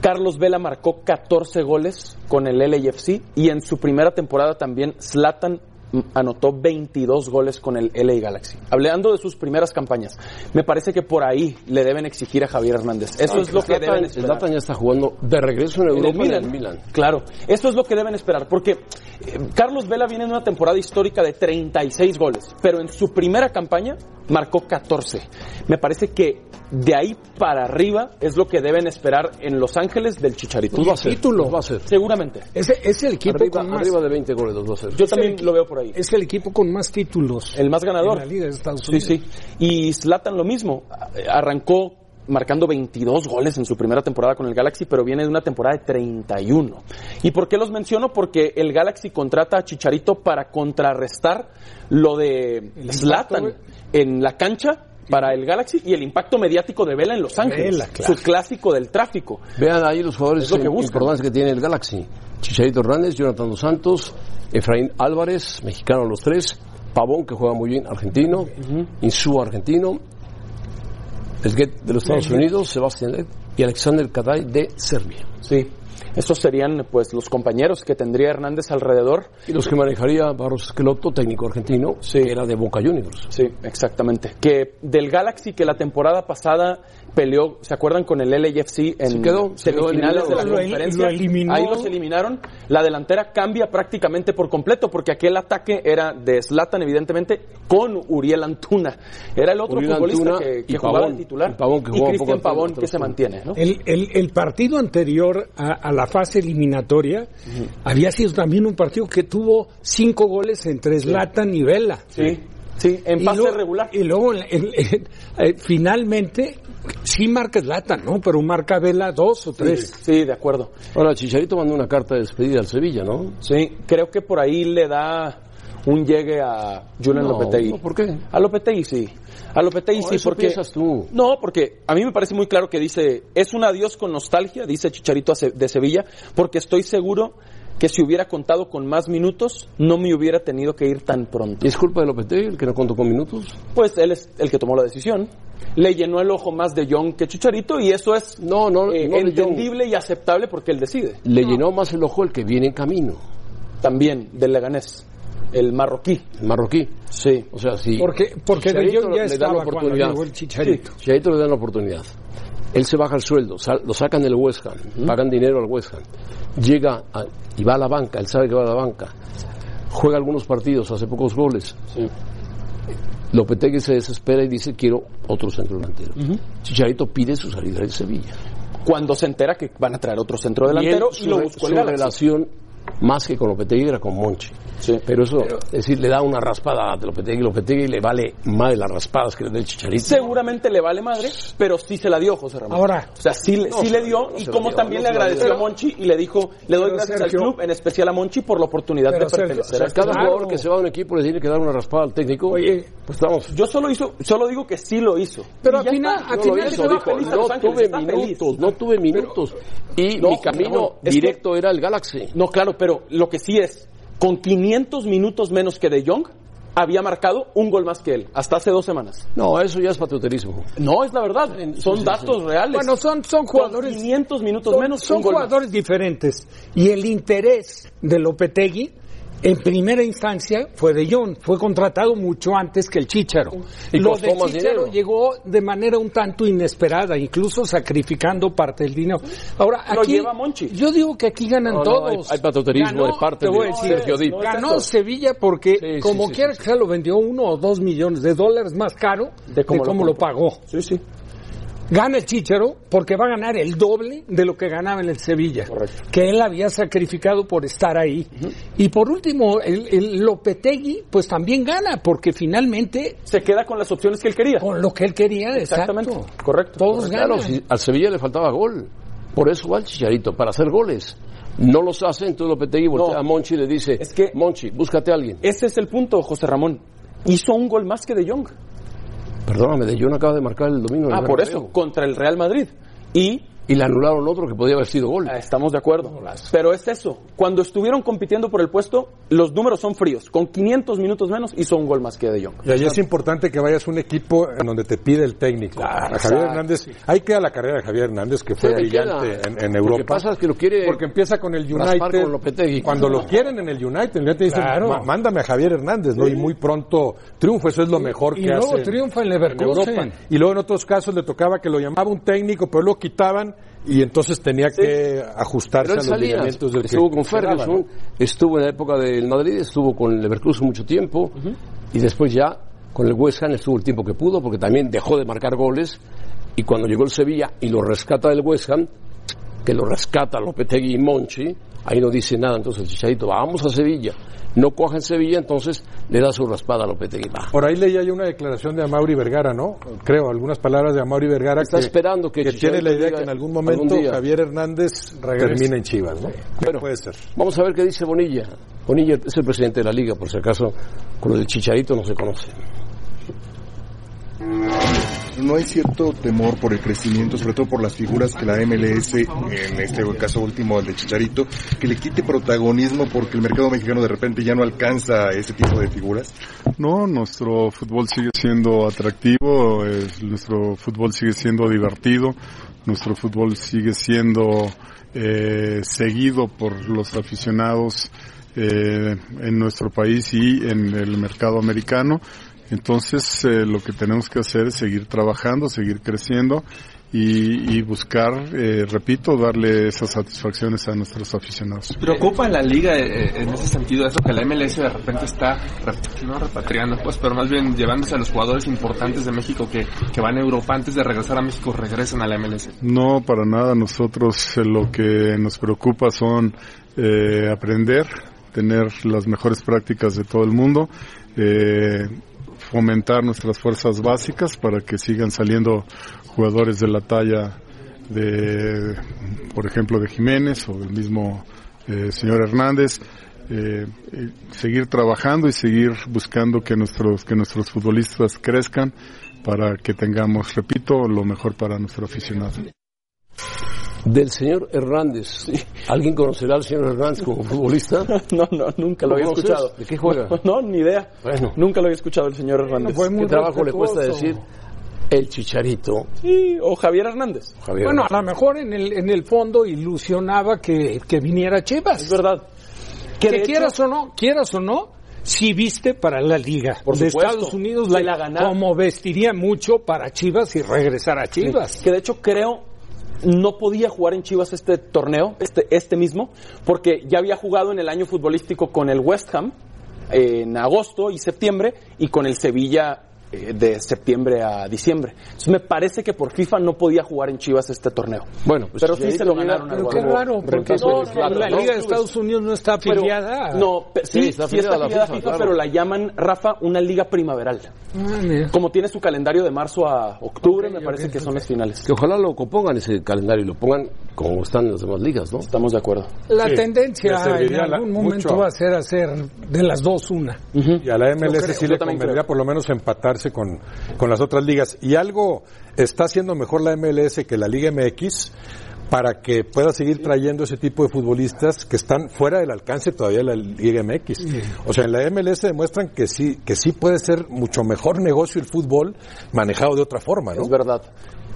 Speaker 4: Carlos Vela marcó 14 goles con el LAFC y en su primera temporada también Zlatan mm, anotó 22 goles con el LA Galaxy. Hablando de sus primeras campañas, me parece que por ahí le deben exigir a Javier Hernández. Eso es lo que
Speaker 2: Ah, Zlatan-
Speaker 4: deben esperar.
Speaker 2: Zlatan ya está jugando de regreso en
Speaker 4: En
Speaker 2: Europa
Speaker 4: el Milan.
Speaker 2: en el Milan.
Speaker 4: Claro, eso es lo que deben esperar, porque eh, Carlos Vela viene en una temporada histórica de 36 goles, pero en su primera campaña marcó 14. Me parece que de ahí para arriba es lo que deben esperar en Los Ángeles del Chicharito.
Speaker 2: Pues va a ser. pues va a ser.
Speaker 4: Seguramente.
Speaker 11: Ese es el equipo
Speaker 2: Arriba,
Speaker 11: con más.
Speaker 2: arriba de 20 goles los va a ser.
Speaker 4: Yo también lo veo por ahí.
Speaker 11: Es el equipo con más títulos
Speaker 4: El más ganador.
Speaker 11: en la Liga de Estados
Speaker 4: Sí,
Speaker 11: Unidos.
Speaker 4: sí. Y Zlatan lo mismo. A- Arrancó marcando 22 goles en su primera temporada con el Galaxy, pero viene de una temporada de 31. ¿Y por qué los menciono? Porque el Galaxy contrata a Chicharito para contrarrestar lo de
Speaker 11: impacto,
Speaker 4: Zlatan
Speaker 11: güey.
Speaker 4: en la cancha para el Galaxy y el impacto mediático de Vela en Los Ángeles,
Speaker 11: Vela, claro.
Speaker 4: su clásico del tráfico.
Speaker 2: Vean ahí los jugadores
Speaker 4: Es lo que
Speaker 2: im-
Speaker 4: buscan.
Speaker 2: importantes que tiene el Galaxy. Chicharito Hernández, Jonathan Dos Santos, Efraín Álvarez, mexicano los tres, Pavón que juega muy bien, argentino, Insúa argentino, el Get de los Estados Unidos, Sebastián Lett y Alexander Kaday de Serbia.
Speaker 4: Sí. Estos serían pues los compañeros que tendría Hernández alrededor.
Speaker 2: Y los que manejaría Barros Esqueloto, técnico argentino, que era de Boca Juniors.
Speaker 4: Sí, exactamente. Que del Galaxy que la temporada pasada peleó, ¿se acuerdan con el LAFC en
Speaker 2: Se quedó, se quedó
Speaker 4: semifinales de la
Speaker 2: eliminado. Lo
Speaker 11: el-
Speaker 4: conferencia?
Speaker 11: lo eliminó.
Speaker 4: Ahí los eliminaron. La delantera cambia prácticamente por completo porque aquel ataque era de Zlatan evidentemente con Uriel Antuna. Era el otro
Speaker 2: Uriel
Speaker 4: futbolista
Speaker 2: Antuna
Speaker 4: que, que
Speaker 2: y
Speaker 4: jugaba
Speaker 2: Pavón.
Speaker 4: de titular
Speaker 2: Y Pavón que
Speaker 4: y
Speaker 2: jugaba
Speaker 4: Cristian
Speaker 2: poco tiempo
Speaker 4: Pavón
Speaker 2: hasta
Speaker 4: que
Speaker 2: los
Speaker 4: se mantiene, ¿no?
Speaker 11: El, el- el partido anterior a, a la fase eliminatoria había sido también un partido que tuvo cinco goles entre Zlatan y Vela.
Speaker 4: Sí. Sí, en
Speaker 11: Y
Speaker 4: pase
Speaker 11: luego-
Speaker 4: regular.
Speaker 11: Y luego, en- en- en- eh, finalmente, sí marca Zlatan, ¿no? Pero marca Vela dos o tres.
Speaker 4: Sí, de acuerdo.
Speaker 2: Ahora, Chicharito mandó una carta de despedida al Sevilla, ¿no?
Speaker 4: Sí, creo que por ahí le da un llegue a Julian
Speaker 2: No,
Speaker 4: Lopetegui.
Speaker 2: no, ¿por qué?
Speaker 4: A Lopetegui sí. A Lopetegui
Speaker 2: No,
Speaker 4: sí,
Speaker 2: eso
Speaker 4: porque...
Speaker 2: piensas tú.
Speaker 4: No, porque a mí me parece muy claro que dice, es un adiós con nostalgia, dice Chicharito a Se- de Sevilla, porque estoy seguro que si hubiera contado con más minutos, no me hubiera tenido que ir tan pronto.
Speaker 2: ¿Y es culpa de Lopetegui, el que no contó con minutos?
Speaker 4: Pues él es el que tomó la decisión. Le llenó el ojo más de John que Chicharito y eso es
Speaker 2: No, no,
Speaker 4: eh,
Speaker 2: no de Jong.
Speaker 4: entendible y aceptable porque él decide.
Speaker 2: Le llenó más el ojo el que viene en camino,
Speaker 4: También del Leganés, el marroquí.
Speaker 2: el marroquí.
Speaker 4: Sí.
Speaker 2: O sea, sí.
Speaker 11: Porque, porque De
Speaker 2: Chicharito
Speaker 11: Jong ya
Speaker 2: le dan
Speaker 11: estaba cuando
Speaker 2: oportunidad.
Speaker 11: llegó el Chicharito.
Speaker 2: Chicharito le dan la oportunidad. Él se baja el sueldo, sal- lo sacan del West Ham, pagan dinero al West Ham. Llega a- y va a la banca, él sabe que va a la banca. Juega algunos partidos, hace pocos goles. Lopetegui se desespera y dice, quiero otro centro delantero. Chicharito pide su salida del Sevilla.
Speaker 4: cuando se entera que van a traer otro centro delantero
Speaker 2: Y
Speaker 4: y,
Speaker 2: él,
Speaker 4: lo
Speaker 2: su re-
Speaker 4: buscó
Speaker 2: su
Speaker 4: el Galaxy.
Speaker 2: relación, más que con Lopetegui, era con Monchi.
Speaker 4: Sí.
Speaker 2: Pero eso, es decir, le da una raspada a Lopetegui, Lopetegui le vale más de las raspadas que le da el Chicharito.
Speaker 4: Seguramente le vale madre, pero sí se la dio José Ramón.
Speaker 11: Ahora.
Speaker 4: o sea, sí, le- sí le dio y
Speaker 2: se la
Speaker 4: como
Speaker 2: dio,
Speaker 4: también
Speaker 2: no
Speaker 4: le
Speaker 2: se la
Speaker 4: agradeció
Speaker 2: dio.
Speaker 4: a Monchi y le dijo, le doy
Speaker 11: Pero,
Speaker 4: gracias
Speaker 11: Sergio-
Speaker 4: al club, en especial a Monchi por la oportunidad
Speaker 11: Pero,
Speaker 4: de
Speaker 11: Sergio,
Speaker 4: pertenecer a
Speaker 2: sea,
Speaker 4: este
Speaker 2: cada
Speaker 11: Claro.
Speaker 2: jugador que se va a un equipo le tiene que dar una raspada al técnico.
Speaker 11: Oye.
Speaker 2: pues estamos.
Speaker 4: Yo solo hizo, solo digo que sí lo hizo.
Speaker 11: Pero
Speaker 4: Y
Speaker 11: al
Speaker 4: ya
Speaker 11: final-
Speaker 4: está.
Speaker 11: al
Speaker 2: No
Speaker 11: final
Speaker 2: lo
Speaker 11: se
Speaker 2: hizo,
Speaker 11: va
Speaker 2: dijo,
Speaker 4: feliz a
Speaker 2: no
Speaker 4: Los Ángeles,
Speaker 2: tuve
Speaker 4: está feliz.
Speaker 2: minutos, no tuve minutos. Y mi camino
Speaker 4: es que-
Speaker 2: directo era el Galaxy.
Speaker 4: No, claro, pero lo que sí es, con 500 minutos menos que De Jong, había marcado un gol más que él, hasta hace dos semanas.
Speaker 2: No, eso ya es patrioterismo.
Speaker 4: No, es la verdad. Son
Speaker 11: sí,
Speaker 4: datos
Speaker 11: sí.
Speaker 4: reales.
Speaker 11: Bueno, son- son
Speaker 4: Con
Speaker 11: jugadores-
Speaker 4: 500 minutos
Speaker 11: Son-
Speaker 4: menos.
Speaker 11: Son
Speaker 4: un gol más.
Speaker 11: jugadores diferentes. Y el interés de Lopetegui, en primera instancia, fue de John. Fue contratado mucho antes que el Chicharo.
Speaker 2: Y
Speaker 11: Lo
Speaker 2: costó
Speaker 11: de
Speaker 2: más dinero.
Speaker 11: Chicharo llegó de manera un tanto inesperada, incluso sacrificando parte del dinero. Ahora,
Speaker 4: Lo
Speaker 11: aquí.
Speaker 4: lleva Monchi.
Speaker 11: Yo digo que aquí ganan
Speaker 2: No, no,
Speaker 11: todos.
Speaker 2: hay- hay patrioterismo de parte
Speaker 11: te voy
Speaker 2: de
Speaker 11: a decir,
Speaker 2: Sergio Dip.
Speaker 11: Ganó Sevilla porque,
Speaker 2: Sí, sí,
Speaker 11: como
Speaker 2: sí,
Speaker 11: quiera que sea, lo vendió uno o dos millones de dólares más caro de cómo, lo, pagó.
Speaker 4: Sí, sí.
Speaker 11: Gana el Chicharo porque va a ganar el doble de lo que ganaba en el Sevilla, que él había sacrificado por estar ahí. Y por último, el, el Lopetegui, pues también gana porque finalmente
Speaker 4: Se queda con las opciones que él quería.
Speaker 11: con lo que él quería,
Speaker 4: Exactamente.
Speaker 11: exacto.
Speaker 4: Correcto.
Speaker 12: Pues
Speaker 11: Todos
Speaker 2: Pues Claro,
Speaker 11: ganan.
Speaker 2: si al Sevilla le faltaba gol. Por eso va el Chicharito, para hacer goles. No los hace, entonces Lopetegui voltea
Speaker 4: No.
Speaker 2: a Monchi y le dice,
Speaker 4: Es que-
Speaker 2: Monchi, búscate a alguien.
Speaker 4: Ese es el punto, José Ramón. Hizo un gol más que De Jong.
Speaker 2: Perdóname, De Jong acaba de marcar el domingo. en el
Speaker 4: Ah, por
Speaker 2: Bernabéu.
Speaker 4: eso, contra el Real Madrid. Y
Speaker 2: Y le anularon otro que podía haber sido gol.
Speaker 4: ah, estamos de acuerdo. Pero es eso. Cuando estuvieron compitiendo por el puesto, los números son fríos. Con 500 minutos menos, hizo un gol más que De Jong.
Speaker 3: Y ahí es importante que vayas a un equipo en donde te pide el técnico. a Javier Hernández, ahí queda la carrera de Javier Hernández, que fue
Speaker 2: Sí, ahí queda.
Speaker 3: brillante en, en
Speaker 2: Lo
Speaker 3: Europa.
Speaker 2: que pasa es que lo quiere...
Speaker 3: Porque empieza con el
Speaker 2: Raspar
Speaker 3: United.
Speaker 2: con Lopetegui.
Speaker 3: Cuando lo quieren en el United, el United dice,
Speaker 11: Claro.
Speaker 3: "Ma- mándame a Javier Hernández, ¿no? Y muy pronto triunfa, eso es lo mejor
Speaker 11: y
Speaker 3: que
Speaker 11: luego
Speaker 3: hace.
Speaker 11: triunfa en
Speaker 3: Europa.
Speaker 11: Leverkusen.
Speaker 3: Y luego en otros casos le tocaba que lo llamaba un técnico, pero lo quitaban y entonces tenía que ajustarse
Speaker 2: Pero
Speaker 3: a
Speaker 2: él
Speaker 3: los
Speaker 2: salía,
Speaker 3: lineamientos del que
Speaker 2: estuvo con
Speaker 3: esperaba,
Speaker 2: Ferguson,
Speaker 3: ¿no?
Speaker 2: estuvo en la época del Madrid, estuvo con Leverkusen mucho tiempo y después ya con el West Ham estuvo el tiempo que pudo porque también dejó de marcar goles y cuando llegó el Sevilla y lo rescata del West Ham, que lo rescata Lopetegui y Monchi, ahí no dice nada, entonces el Chicharito, vamos a Sevilla, no coja en Sevilla, entonces le da su raspada a Lopetegui, va.
Speaker 3: Por ahí leía yo una declaración de Amauri Vergara, ¿no? Creo, algunas palabras de Amauri Vergara.
Speaker 2: Está esperando que
Speaker 3: tiene
Speaker 2: Chicharito
Speaker 3: la idea
Speaker 2: diga
Speaker 3: que en algún
Speaker 2: algún
Speaker 3: momento
Speaker 2: día.
Speaker 3: Javier Hernández termine en Chivas, ¿no?
Speaker 2: Bueno.
Speaker 3: Puede ser.
Speaker 2: Vamos a ver qué dice Bonilla. Bonilla es el presidente de la liga, por si acaso con el Chicharito no se conoce.
Speaker 13: No hay cierto temor por el crecimiento, sobre todo por las figuras que la MLS, en este caso último el de Chicharito, que le quite protagonismo porque el mercado mexicano de repente ya no alcanza ese tipo de figuras.
Speaker 12: No, nuestro fútbol sigue siendo atractivo, eh, nuestro fútbol sigue siendo divertido, nuestro fútbol sigue siendo eh, seguido por los aficionados eh, en nuestro país y en el mercado americano. Entonces, eh, lo que tenemos que hacer es seguir trabajando, seguir creciendo y, y buscar, eh, repito, darle esas satisfacciones a nuestros aficionados.
Speaker 14: ¿Preocupa en la liga eh, en ese sentido eso que la MLS de repente está, rep- no repatriando, pues, pero más bien llevándose a los jugadores importantes de México que, que van a Europa antes de regresar a México, regresan a la MLS?
Speaker 12: No, para nada. Nosotros eh, lo que nos preocupa son eh, aprender, tener las mejores prácticas de todo el mundo, eh, fomentar nuestras fuerzas básicas para que sigan saliendo jugadores de la talla de, por ejemplo, de Jiménez o del mismo eh, señor Hernández. eh, eh, seguir trabajando y seguir buscando que nuestros que nuestros futbolistas crezcan para que tengamos, repito, lo mejor para nuestro aficionado.
Speaker 2: Del señor Hernández. ¿Alguien conocerá al señor Hernández como futbolista?
Speaker 4: No, no, nunca lo había
Speaker 2: conoces?
Speaker 4: escuchado.
Speaker 2: ¿De qué juega?
Speaker 4: No, ni idea.
Speaker 2: Bueno. pues,
Speaker 4: Nunca lo había escuchado el señor Hernández.
Speaker 2: ¿Qué trabajo le cuesta decir el chicharito?
Speaker 4: Sí, o Javier Hernández.
Speaker 2: Javier.
Speaker 11: Bueno, a lo mejor en el, en el fondo ilusionaba que, que viniera Chivas.
Speaker 4: Es verdad.
Speaker 11: que,
Speaker 4: de hecho-
Speaker 11: quieras o no, quieras o no, si viste para la liga
Speaker 4: Por
Speaker 11: de
Speaker 4: supuesto,
Speaker 11: Estados Unidos,
Speaker 4: se
Speaker 11: la,
Speaker 4: la ganaba.
Speaker 11: como vestiría mucho para Chivas y regresar a Chivas.
Speaker 4: Que de hecho creo no podía jugar en Chivas este torneo, este, este mismo, porque ya había jugado en el año futbolístico con el West Ham eh, en agosto y septiembre y con el Sevilla eh, de septiembre a diciembre. Entonces me parece que por FIFA no podía jugar en Chivas este torneo.
Speaker 2: Bueno, pues
Speaker 4: pero sí se
Speaker 2: Chicharito
Speaker 4: lo
Speaker 2: llega-
Speaker 4: ganaron al
Speaker 11: Pero qué
Speaker 4: Guadalajara.
Speaker 11: raro, porque
Speaker 2: reemplazo
Speaker 11: no,
Speaker 2: de Zlatan,
Speaker 11: la
Speaker 2: ¿no?
Speaker 11: Liga de Estados Unidos no está
Speaker 4: Pero-
Speaker 11: afiliada.
Speaker 4: no, pe- sí,
Speaker 2: Sí,
Speaker 4: sí
Speaker 2: está
Speaker 4: está
Speaker 2: afiliada a la
Speaker 4: afiliada a
Speaker 2: FIFA,
Speaker 4: FIFA,
Speaker 2: claro.
Speaker 4: pero la llaman, Rafa, una liga primaveral.
Speaker 11: Ah, mira.
Speaker 4: Como tiene su calendario de marzo a octubre,
Speaker 11: Ok,
Speaker 4: me parece
Speaker 11: ok,
Speaker 4: que son las finales.
Speaker 2: Que ojalá lo compongan ese calendario y lo pongan como están en las demás ligas, ¿no?
Speaker 4: Estamos de acuerdo.
Speaker 11: La
Speaker 3: Sí, le
Speaker 11: tendencia en
Speaker 3: serviría la-
Speaker 11: algún momento
Speaker 3: mucho.
Speaker 11: va a ser hacer de las dos una.
Speaker 3: Y a la MLS
Speaker 4: creo,
Speaker 3: sí
Speaker 4: yo
Speaker 3: le
Speaker 4: también
Speaker 3: convendría
Speaker 4: creo.
Speaker 3: por lo menos empatarse con, con las otras ligas. Y algo está haciendo mejor la MLS que la Liga MX para que pueda seguir trayendo ese tipo de futbolistas que están fuera del alcance todavía de la Liga MX. O sea, en la MLS demuestran que sí, que sí puede ser mucho mejor negocio el fútbol manejado de otra forma, ¿no? Es
Speaker 4: verdad.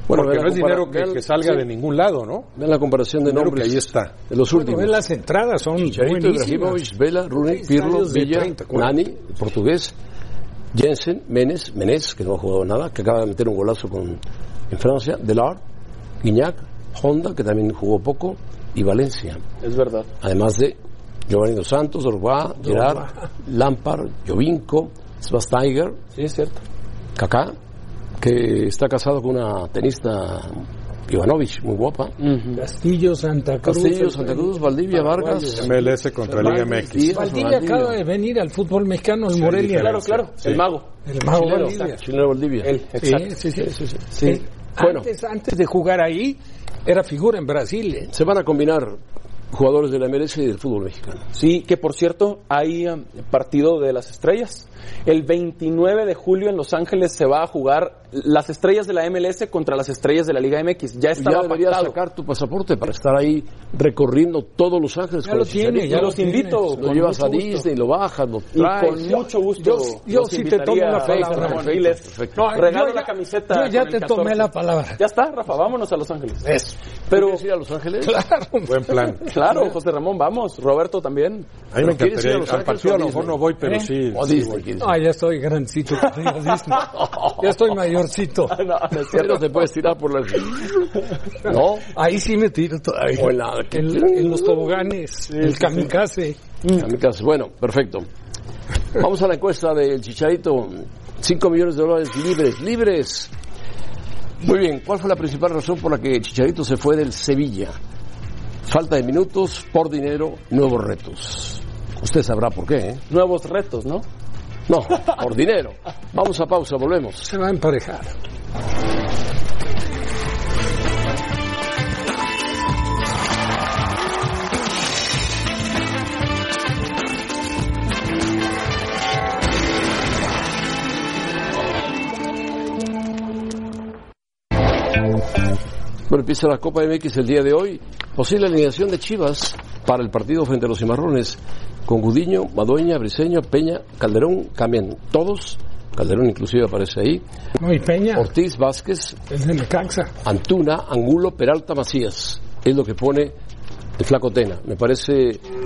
Speaker 3: Bueno,
Speaker 2: Bueno, ve
Speaker 3: Porque
Speaker 2: la
Speaker 3: no es
Speaker 2: compara-
Speaker 3: dinero que,
Speaker 2: ve-
Speaker 3: que salga
Speaker 2: sí.
Speaker 3: de ningún lado, ¿no?
Speaker 2: Ve la comparación de
Speaker 3: Dinero
Speaker 2: nombres.
Speaker 3: que ahí está.
Speaker 2: De los últimos.
Speaker 11: Bueno, ve las entradas, son
Speaker 2: Chicharito,
Speaker 11: buenísimas.
Speaker 2: Ibrahimovic, Vela, Rooney,
Speaker 11: Sí,
Speaker 2: Pirlo,
Speaker 11: estadios de
Speaker 2: Villa,
Speaker 11: 30, cuarenta.
Speaker 2: Nani, el portugués, Jensen, Menes, Menes, que no ha jugado nada, que acaba de meter un golazo con, en Francia, Delard, Guignac, Honda, que también jugó poco, y Valencia.
Speaker 4: Es verdad.
Speaker 2: Además de Giovanni Dos Santos, Orbá, Gerard, Lampard, Jovinko, Svastiger,
Speaker 4: Sí, es cierto.
Speaker 2: Kaká, que está casado con una tenista Ivanovic, muy guapa.
Speaker 11: Castillo, Santa Cruz.
Speaker 2: Castillo, Santa Cruz, Valdivia,
Speaker 11: Paraguayos.
Speaker 2: Vargas.
Speaker 3: MLS contra Liga
Speaker 11: Vargas,
Speaker 3: MX.
Speaker 11: Valdivia acaba de venir al fútbol mexicano, el
Speaker 3: Sí,
Speaker 11: Morelia.
Speaker 3: claro, claro, Sí. el mago.
Speaker 11: El mago
Speaker 2: Chileno,
Speaker 11: Valdivia.
Speaker 2: Chileno Valdivia.
Speaker 11: exacto. Sí, sí, sí. Sí. Antes, antes de jugar ahí, era figura en Brasil. ¿eh?
Speaker 2: Se van a combinar jugadores de la MLS y del fútbol mexicano.
Speaker 4: Sí, que por cierto, hay um, partido de las estrellas. El 29 de julio en Los Ángeles se va a jugar las estrellas de la MLS contra las estrellas de la Liga MX. Ya
Speaker 2: Ya
Speaker 4: estaba
Speaker 2: deberías
Speaker 4: pactado.
Speaker 2: sacar tu pasaporte para estar ahí recorriendo todos Los Ángeles.
Speaker 4: Ya
Speaker 2: con
Speaker 4: lo
Speaker 2: el
Speaker 4: tiene,
Speaker 2: Chicharito.
Speaker 4: ya los invito,
Speaker 2: Lo
Speaker 4: con
Speaker 2: llevas
Speaker 4: mucho
Speaker 2: a
Speaker 4: gusto.
Speaker 2: Disney, lo bajas, lo
Speaker 4: Y
Speaker 2: traes.
Speaker 4: con mucho gusto.
Speaker 11: Yo
Speaker 4: los
Speaker 11: sí te tomo
Speaker 4: invitaría
Speaker 11: la
Speaker 4: a-
Speaker 11: palabra.
Speaker 4: Ramón,
Speaker 11: Perfecto,
Speaker 4: y les
Speaker 11: perfecto. No,
Speaker 4: regalo
Speaker 11: yo ya-
Speaker 4: la camiseta.
Speaker 11: yo ya
Speaker 4: con el
Speaker 11: te tomé
Speaker 4: 14.
Speaker 11: la palabra.
Speaker 4: Ya está, Rafa, vámonos a Los Ángeles.
Speaker 11: Eso.
Speaker 4: Pero,
Speaker 2: ir a Los Ángeles?
Speaker 11: Claro.
Speaker 3: Buen plan.
Speaker 4: Claro, José Ramón, vamos. Roberto también.
Speaker 3: A mí me encantaría ir al partido, a lo mejor no voy, pero
Speaker 11: ¿Eh?
Speaker 3: sí.
Speaker 11: O
Speaker 3: sí
Speaker 11: Disney,
Speaker 3: voy.
Speaker 11: No, ya estoy grandcito. que te digas Disney. ya estoy mayorcito.
Speaker 4: No, no es cierto.
Speaker 2: No te puedes tirar por la... No.
Speaker 11: Ahí sí me tiro todavía.
Speaker 2: O en la-
Speaker 11: En, en los toboganes, el kamikaze.
Speaker 2: Amigas, Bueno, perfecto. Vamos a la encuesta del Chicharito. 5 millones de dólares libres, libres. Muy bien, ¿cuál fue la principal razón por la que Chicharito se fue del Sevilla? Falta de minutos, por dinero, nuevos retos. Usted sabrá por qué, ¿eh?
Speaker 4: Nuevos retos, ¿no?
Speaker 2: No, por dinero. Vamos a pausa, volvemos.
Speaker 11: Se va a emparejar.
Speaker 2: Bueno, empieza la Copa MX el día de hoy. Posible alineación de Chivas para el partido frente a los Cimarrones. Con Gudiño, Madueña, Briseño, Peña, Calderón, cambian todos. Calderón inclusive aparece ahí.
Speaker 11: No, y Peña,
Speaker 2: Ortiz, Vázquez,
Speaker 11: el de Necaxa.
Speaker 2: Antuna, Angulo, Peralta, Macías. Es lo que pone el flaco Tena. Me parece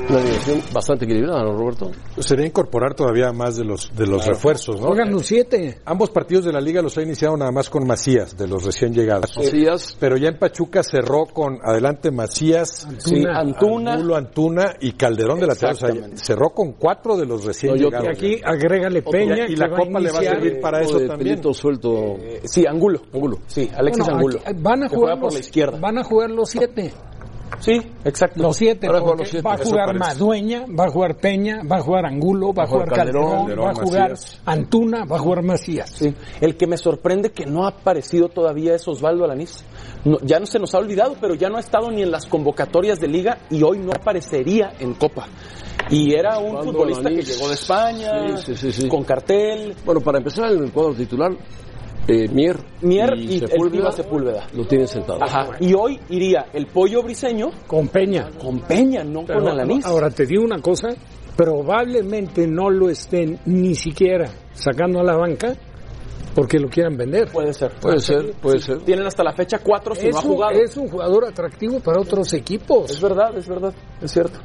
Speaker 2: una alineación bastante equilibrada, ¿no, Roberto?
Speaker 3: Sería incorporar todavía más de los, de los refuerzos, Pues ¿no?
Speaker 11: Oigan, los siete.
Speaker 3: Ambos partidos de la liga los ha iniciado nada más con Macías, de los recién llegados.
Speaker 2: Macías,
Speaker 3: Pero ya en Pachuca cerró con adelante Macías,
Speaker 11: Sí,
Speaker 4: Antuna.
Speaker 3: Angulo Antuna y Calderón de la O sea, cerró con cuatro de los recién
Speaker 2: No, yo-
Speaker 3: llegados.
Speaker 11: Y aquí agrégale Peña.
Speaker 3: Y- y la
Speaker 11: que va
Speaker 3: Copa le va a
Speaker 11: iniciar-
Speaker 3: servir para eso
Speaker 2: de
Speaker 3: también.
Speaker 2: pelito suelto.
Speaker 4: Eh, sí, Angulo.
Speaker 2: Angulo.
Speaker 4: Sí, Alexis
Speaker 11: Bueno,
Speaker 4: Angulo.
Speaker 11: aquí, eh, van a
Speaker 4: que
Speaker 11: jugar
Speaker 4: juega por
Speaker 11: los-
Speaker 4: la izquierda.
Speaker 11: Van a jugar los siete.
Speaker 4: Sí, exacto.
Speaker 11: Los siete,
Speaker 2: Ahora juegan
Speaker 11: porque
Speaker 2: los siete,
Speaker 11: va a
Speaker 2: eso
Speaker 11: jugar
Speaker 3: parece.
Speaker 11: Madueña, va a jugar Peña, va a jugar Angulo, va a jugar Calderón,
Speaker 3: Calderón,
Speaker 11: va a jugar
Speaker 3: Macías.
Speaker 11: Antuna, va a jugar Macías.
Speaker 4: Sí. El que me sorprende que no ha aparecido todavía es Osvaldo Alanís. No, ya no se nos ha olvidado, pero ya no ha estado ni en las convocatorias de liga y hoy no aparecería en Copa. Y era un
Speaker 2: Osvaldo
Speaker 4: futbolista
Speaker 2: Alanís.
Speaker 4: que llegó de España,
Speaker 2: Sí, sí, sí, sí.
Speaker 4: con cartel,
Speaker 2: Bueno, para empezar en el cuadro titular, eh, Mier,
Speaker 4: Mier y, el Diva Sepúlveda.
Speaker 2: lo tienen sentado.
Speaker 4: Ajá. Y hoy iría el pollo briseño
Speaker 11: Con Peña.
Speaker 4: con Peña, no ah,
Speaker 11: Pero,
Speaker 4: con Alanís.
Speaker 11: Ahora te digo una cosa, probablemente no lo estén ni siquiera sacando a la banca porque lo quieran vender.
Speaker 4: puede ser.
Speaker 2: Puede ser, puede ser.
Speaker 4: Tienen hasta la fecha cuatro Pues, si
Speaker 11: es,
Speaker 4: no ha
Speaker 11: un,
Speaker 4: jugado.
Speaker 11: es un jugador atractivo para otros
Speaker 4: Es
Speaker 11: equipos.
Speaker 4: verdad, es verdad, es cierto.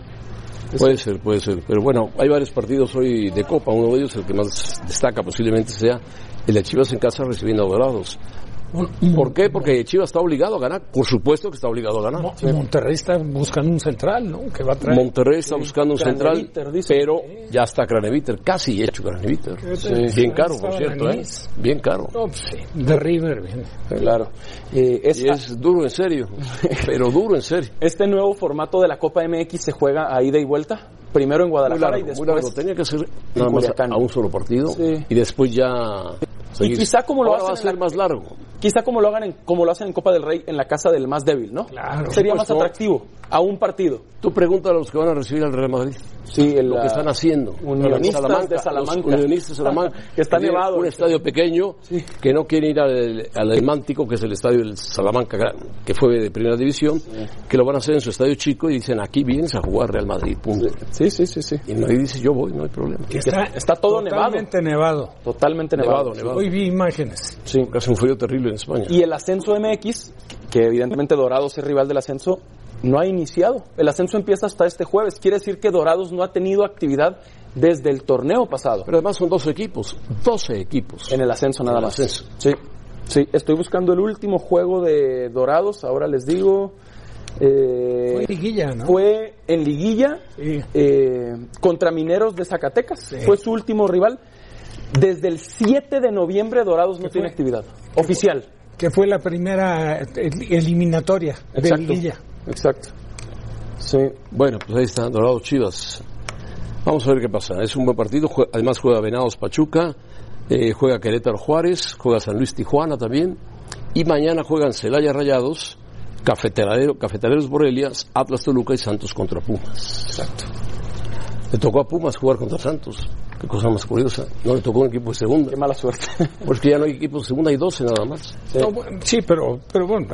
Speaker 2: Puede ser, puede ser. Pero bueno, hay varios partidos hoy de Copa. Uno de ellos, el que más destaca posiblemente sea el de Chivas en casa recibiendo a Dorados. ¿Por qué? Porque Chivas está obligado a ganar. Por supuesto que está obligado a ganar.
Speaker 11: Mo- Monterrey está buscando un central, ¿no? Que va a traer.
Speaker 2: Monterrey está buscando un central,
Speaker 4: Craneviter, dice.
Speaker 2: pero ya está Craneviter, casi hecho Craneviter.
Speaker 4: este
Speaker 2: Bien caro, por
Speaker 11: Estaba
Speaker 2: cierto, ¿eh?
Speaker 11: Danís.
Speaker 2: Bien caro.
Speaker 11: No, pues sí, de River viene.
Speaker 4: Claro. Eh, es-
Speaker 2: Y es duro en serio, pero duro en serio.
Speaker 4: Este nuevo formato de la Copa MX se juega a ida y vuelta, primero en
Speaker 2: Muy
Speaker 4: Guadalajara
Speaker 2: largo,
Speaker 4: y
Speaker 2: muy
Speaker 4: después.
Speaker 2: largo. Tenía que ser nada más
Speaker 4: Culiacán.
Speaker 2: a un solo partido
Speaker 4: Sí.
Speaker 2: y después ya...
Speaker 4: quizá como lo
Speaker 2: Ahora va a
Speaker 4: hacen en
Speaker 2: ser
Speaker 4: la-
Speaker 2: más largo.
Speaker 4: Quizá como lo hagan en- como lo hacen en Copa del Rey en la casa del más débil, ¿no?
Speaker 2: Claro.
Speaker 4: Sería más
Speaker 2: Pues no.
Speaker 4: atractivo a un partido.
Speaker 2: Tú preguntas a los que van a recibir al Real Madrid.
Speaker 4: Sí,
Speaker 2: lo
Speaker 4: la-
Speaker 2: que están haciendo.
Speaker 4: Unionistas
Speaker 2: Salamanca,
Speaker 4: de Salamanca.
Speaker 2: los unionistas de Salamanca.
Speaker 4: Que está
Speaker 2: Tienen
Speaker 4: nevado.
Speaker 2: Un estadio pequeño que no quiere ir al, al Elmántico, que es el estadio del Salamanca, que fue de primera división, que lo van a hacer en su estadio chico y dicen, aquí vienes a jugar Real Madrid, punto.
Speaker 4: Sí, sí, sí. sí.
Speaker 2: Y Madrid dice, yo voy, no hay problema.
Speaker 4: Está, está todo
Speaker 11: totalmente nevado.
Speaker 4: Totalmente nevado.
Speaker 2: Nevado, nevado.
Speaker 11: Hoy vi imágenes.
Speaker 4: Sí.
Speaker 2: Hace un frío terrible en España.
Speaker 4: Y el ascenso MX, que evidentemente Dorados es rival del ascenso, no ha iniciado. El ascenso empieza hasta este jueves. Quiere decir que Dorados no ha tenido actividad desde el torneo pasado.
Speaker 2: Pero además son 12 equipos. 12 equipos.
Speaker 4: En el ascenso nada
Speaker 2: En el
Speaker 4: más.
Speaker 2: ascenso.
Speaker 4: Sí. Sí, estoy buscando el último juego de Dorados, ahora les digo. Eh,
Speaker 11: Fue en liguilla, ¿no?
Speaker 4: Fue en liguilla eh, contra Mineros de Zacatecas. Fue su último rival. Desde el 7 de noviembre Dorados no tiene actividad oficial.
Speaker 11: Que fue la primera eh, eliminatoria de
Speaker 4: Exacto.
Speaker 11: Liguilla.
Speaker 4: Exacto. Sí.
Speaker 2: Bueno, pues ahí está, Dorado Chivas. Vamos a ver qué pasa. Es un buen partido. jue- Además juega Venados Pachuca, eh, juega Querétaro Juárez, juega San Luis Tijuana también. Y mañana juegan Celaya Rayados, Cafetalero, Cafetaleros Borrelia, Atlas Toluca y Santos contra Pumas. Exacto. Le tocó a Pumas jugar contra Santos. Qué cosa más curiosa. No le tocó un equipo de segunda. Qué
Speaker 4: mala suerte.
Speaker 2: Porque ya no hay equipos de segunda, hay 12 nada más.
Speaker 11: No, bueno, Sí, pero, pero bueno,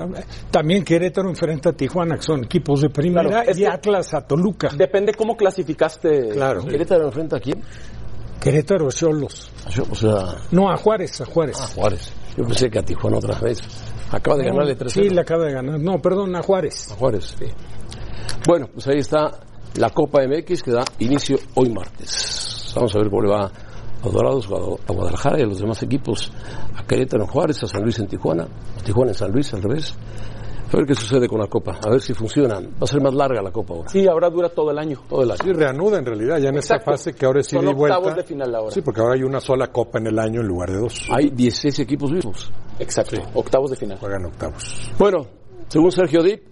Speaker 11: también Querétaro enfrenta a Tijuana, que son equipos de primera,
Speaker 4: Claro, este- es
Speaker 11: y
Speaker 4: que-
Speaker 11: Atlas a Toluca.
Speaker 4: Depende cómo clasificaste.
Speaker 11: Claro.
Speaker 2: ¿Querétaro enfrenta a quién?
Speaker 11: Querétaro a Cholos.
Speaker 2: O sea,
Speaker 11: No, a Juárez, a Juárez.
Speaker 2: Ah,
Speaker 4: Ah,
Speaker 2: Juárez. Yo pensé que a Tijuana otra vez. Acaba de
Speaker 11: No,
Speaker 2: ganarle 3
Speaker 11: Sí, le acaba de ganar. No, perdón, a Juárez.
Speaker 2: A Juárez. Bueno, pues ahí está la Copa MX que da inicio hoy martes. Vamos a ver cómo le va a Dorados, a Guadalajara y a los demás equipos, a Querétaro en Juárez, a San Luis en Tijuana, a Tijuana en San Luis al revés. A ver qué sucede con la Copa, a ver si funciona. Va a ser más larga la Copa ahora.
Speaker 4: Sí, ahora dura todo el año.
Speaker 2: Todo el año.
Speaker 3: Sí, reanuda en realidad, ya en esta
Speaker 4: Exacto.
Speaker 3: fase que ahora es
Speaker 4: Son
Speaker 3: ida y vuelta.
Speaker 4: octavos de final ahora.
Speaker 3: Sí, porque ahora hay una sola copa en el año en lugar de dos.
Speaker 2: Hay 16 equipos vivos.
Speaker 4: Exacto, octavos de final.
Speaker 3: Juegan octavos.
Speaker 2: Bueno, según Sergio Dip,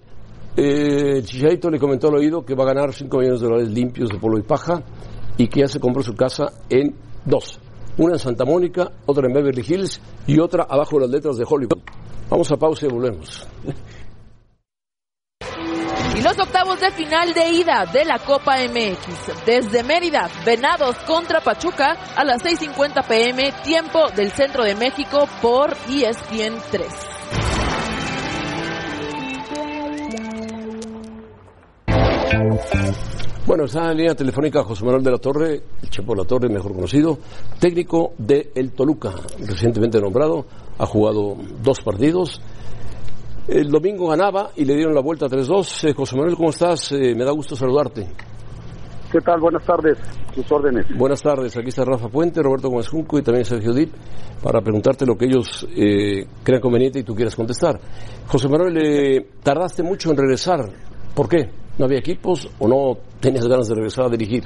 Speaker 2: eh, Chicharito le comentó al oído que va a ganar 5 millones de dólares limpios de polvo y paja y que ya se compró su casa en dos. Una en Santa Mónica, otra en Beverly Hills y otra abajo de las letras de Hollywood. Vamos a pausa y volvemos.
Speaker 15: Y los octavos de final de ida de la Copa MX. Desde Mérida, Venados contra Pachuca a las 6.50 pm, tiempo del Centro de México por E ESPN 3.
Speaker 2: Bueno, está en línea telefónica José Manuel de la Torre, el Chepo de la Torre, mejor conocido, técnico de El Toluca, recientemente nombrado, ha jugado dos partidos. El domingo ganaba y le dieron la vuelta 3-2. Eh, José Manuel, ¿cómo estás? Eh, me da gusto saludarte.
Speaker 16: ¿Qué tal? Buenas tardes, sus órdenes.
Speaker 2: Buenas tardes, aquí está Rafa Puente, Roberto Gómez Junco y también Sergio Dip para preguntarte lo que ellos eh, crean conveniente y tú quieras contestar. José Manuel, eh, tardaste mucho en regresar. ¿Por qué? ¿No había equipos o no tenías ganas de regresar a dirigir?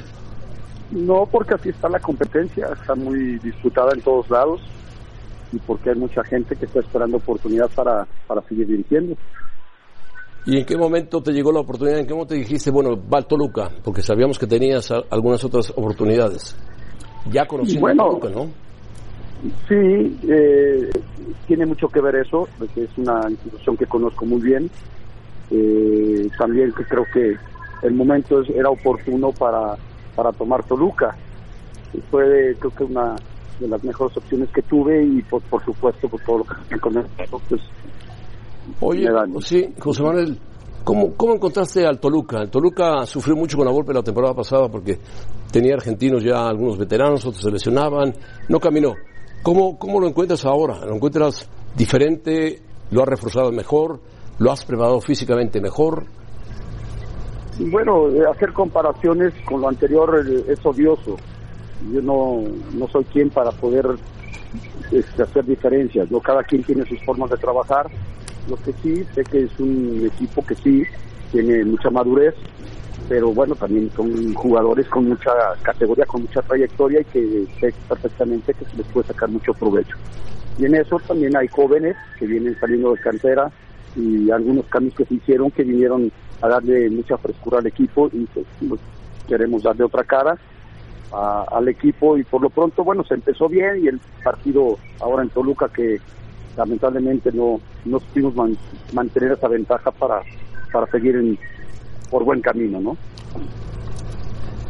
Speaker 16: No, porque así está la competencia, está muy disputada en todos lados y porque hay mucha gente que está esperando oportunidad para, para seguir dirigiendo.
Speaker 2: ¿Y en qué momento te llegó la oportunidad? ¿En qué momento dijiste, bueno, va al Toluca? Porque sabíamos que tenías a- algunas otras oportunidades. Ya conociendo
Speaker 16: Bueno.
Speaker 2: al Toluca, ¿no?
Speaker 16: Sí, eh, tiene mucho que ver eso, porque es una institución que conozco muy bien. Eh, también que creo que el momento es- era oportuno para, para tomar Toluca. Fue, creo que, una de las mejores opciones que tuve y, por, por supuesto, por todo lo que me conozco, pues
Speaker 2: Oye, sí, José Manuel, ¿cómo, cómo encontraste al Toluca? El Toluca sufrió mucho con la golpe la temporada pasada porque tenía argentinos ya, algunos veteranos, otros se lesionaban, no caminó. ¿Cómo, cómo lo encuentras ahora? ¿Lo encuentras diferente? ¿Lo has reforzado mejor? ¿Lo has preparado físicamente mejor?
Speaker 16: Bueno, eh, hacer comparaciones con lo anterior eh, es odioso. Yo no, no soy quien para poder este, hacer diferencias. ¿no? Cada quien tiene sus formas de trabajar. Lo que sí, sé que es un equipo que sí tiene mucha madurez, pero bueno, también son jugadores con mucha categoría, con mucha trayectoria y que sé perfectamente que se les puede sacar mucho provecho. Y en eso también hay jóvenes que vienen saliendo de cantera y algunos cambios que se hicieron que vinieron a darle mucha frescura al equipo y pues, pues, queremos darle otra cara a- al equipo y por lo pronto, bueno, se empezó bien y el partido ahora en Toluca que lamentablemente no, no supimos man- mantener esa ventaja para, para seguir en, por buen camino, ¿no?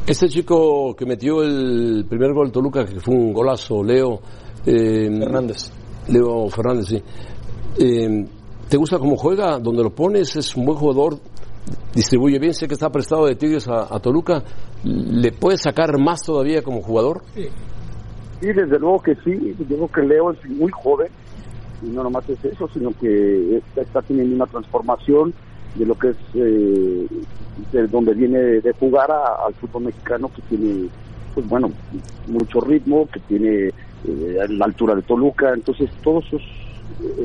Speaker 2: Este chico que metió el primer gol Toluca, que fue un golazo, Leo eh, Fernández. Leo Fernández, sí. Eh, ¿Te gusta cómo juega? ¿Dónde lo pones? Es un buen jugador, distribuye bien, sé que está prestado de Tigres a, a Toluca. ¿Le puedes sacar más todavía como jugador?
Speaker 16: Sí, desde luego que sí. Yo creo que Leo es muy joven. Y no nomás es eso, sino que está, está teniendo una transformación de lo que es eh, de donde viene de jugar a- al fútbol mexicano que tiene, pues bueno, mucho ritmo, que tiene eh, a la altura de Toluca. Entonces, todas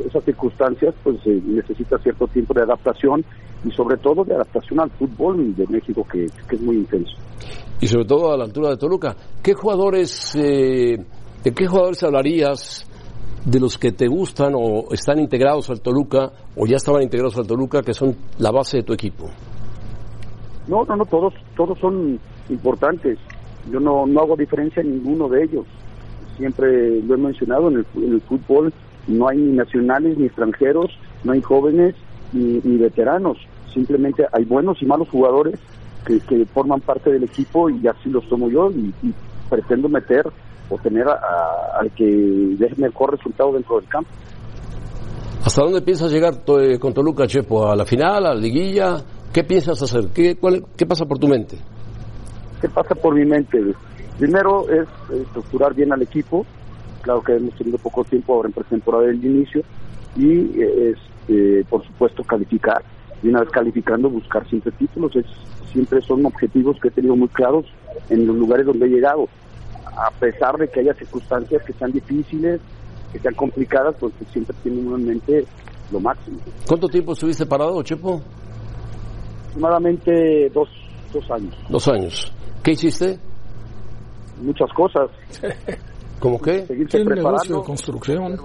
Speaker 16: esas circunstancias, pues eh, necesita cierto tiempo de adaptación y sobre todo de adaptación al fútbol de México que- que es muy intenso.
Speaker 2: y sobre todo a la altura de Toluca. ¿Qué jugadores, eh, de qué jugadores hablarías de los que te gustan o están integrados al Toluca o ya estaban integrados al Toluca que son la base de tu equipo?
Speaker 16: No, no, no, todos, todos son importantes. Yo no, no hago diferencia en ninguno de ellos. Siempre lo he mencionado, en el, fu- en el fútbol no hay ni nacionales ni extranjeros, no hay jóvenes ni, ni veteranos. Simplemente hay buenos y malos jugadores que, que forman parte del equipo y así los tomo yo y, y pretendo meter o tener a- a- al que dé mejor resultado dentro del campo.
Speaker 2: ¿Hasta dónde piensas llegar to- eh, con Toluca, Chepo? ¿A la final, a la liguilla? ¿Qué piensas hacer? ¿Qué, cuál- qué pasa por tu mente?
Speaker 16: ¿Qué pasa por mi mente? Primero es eh, estructurar bien al equipo. Claro que hemos tenido poco tiempo ahora en pretemporada del inicio. Y, eh, este, por supuesto, calificar. Y una vez calificando, buscar siempre títulos. Es, siempre son objetivos que he tenido muy claros en los lugares donde he llegado. A pesar de que haya circunstancias que sean difíciles, que sean complicadas, pues siempre tienen uno en mente lo máximo.
Speaker 2: ¿Cuánto tiempo estuviste parado, Chepo?
Speaker 16: Aproximadamente dos, dos años.
Speaker 2: Dos años. ¿Qué hiciste?
Speaker 16: Muchas cosas.
Speaker 2: ¿Cómo qué?
Speaker 16: Seguirse preparando.
Speaker 2: construcción.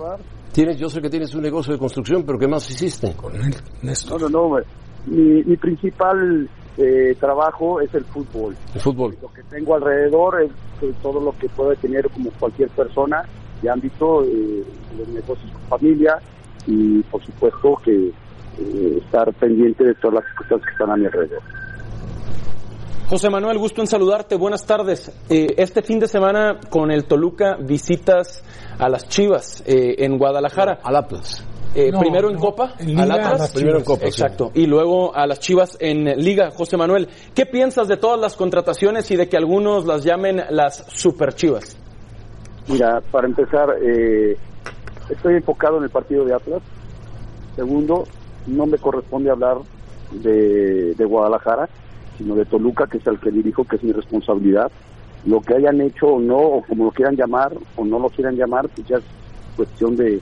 Speaker 2: Tienes, yo sé que tienes un negocio de construcción, pero ¿qué más hiciste?
Speaker 16: No, no, no. eh, Mi, mi principal eh, trabajo es el fútbol.
Speaker 2: El fútbol.
Speaker 16: Lo que tengo alrededor es eh, todo lo que puede tener como cualquier persona de ámbito, eh, los negocios con familia y por supuesto que eh, estar pendiente de todas las circunstancias que están a mi alrededor.
Speaker 4: José Manuel, gusto en saludarte. Buenas tardes. Eh, este fin de semana con el Toluca visitas a las Chivas eh, en Guadalajara. Eh,
Speaker 2: Al Atlas.
Speaker 11: No,
Speaker 4: primero en
Speaker 11: no,
Speaker 4: Copa,
Speaker 11: en Liga
Speaker 4: al
Speaker 11: a
Speaker 4: Atlas.
Speaker 11: las Primero en Chivas. Copa, sí.
Speaker 4: Exacto. Y luego a las Chivas en Liga. José Manuel, ¿qué piensas de todas las contrataciones y de que algunos las llamen las Super Chivas?
Speaker 16: Mira, para empezar, eh, estoy enfocado en el partido de Atlas. Segundo, no me corresponde hablar de, de Guadalajara, sino de Toluca, que es el que dirijo, que es mi responsabilidad. Lo que hayan hecho o no, o como lo quieran llamar, o no lo quieran llamar, pues ya es cuestión de,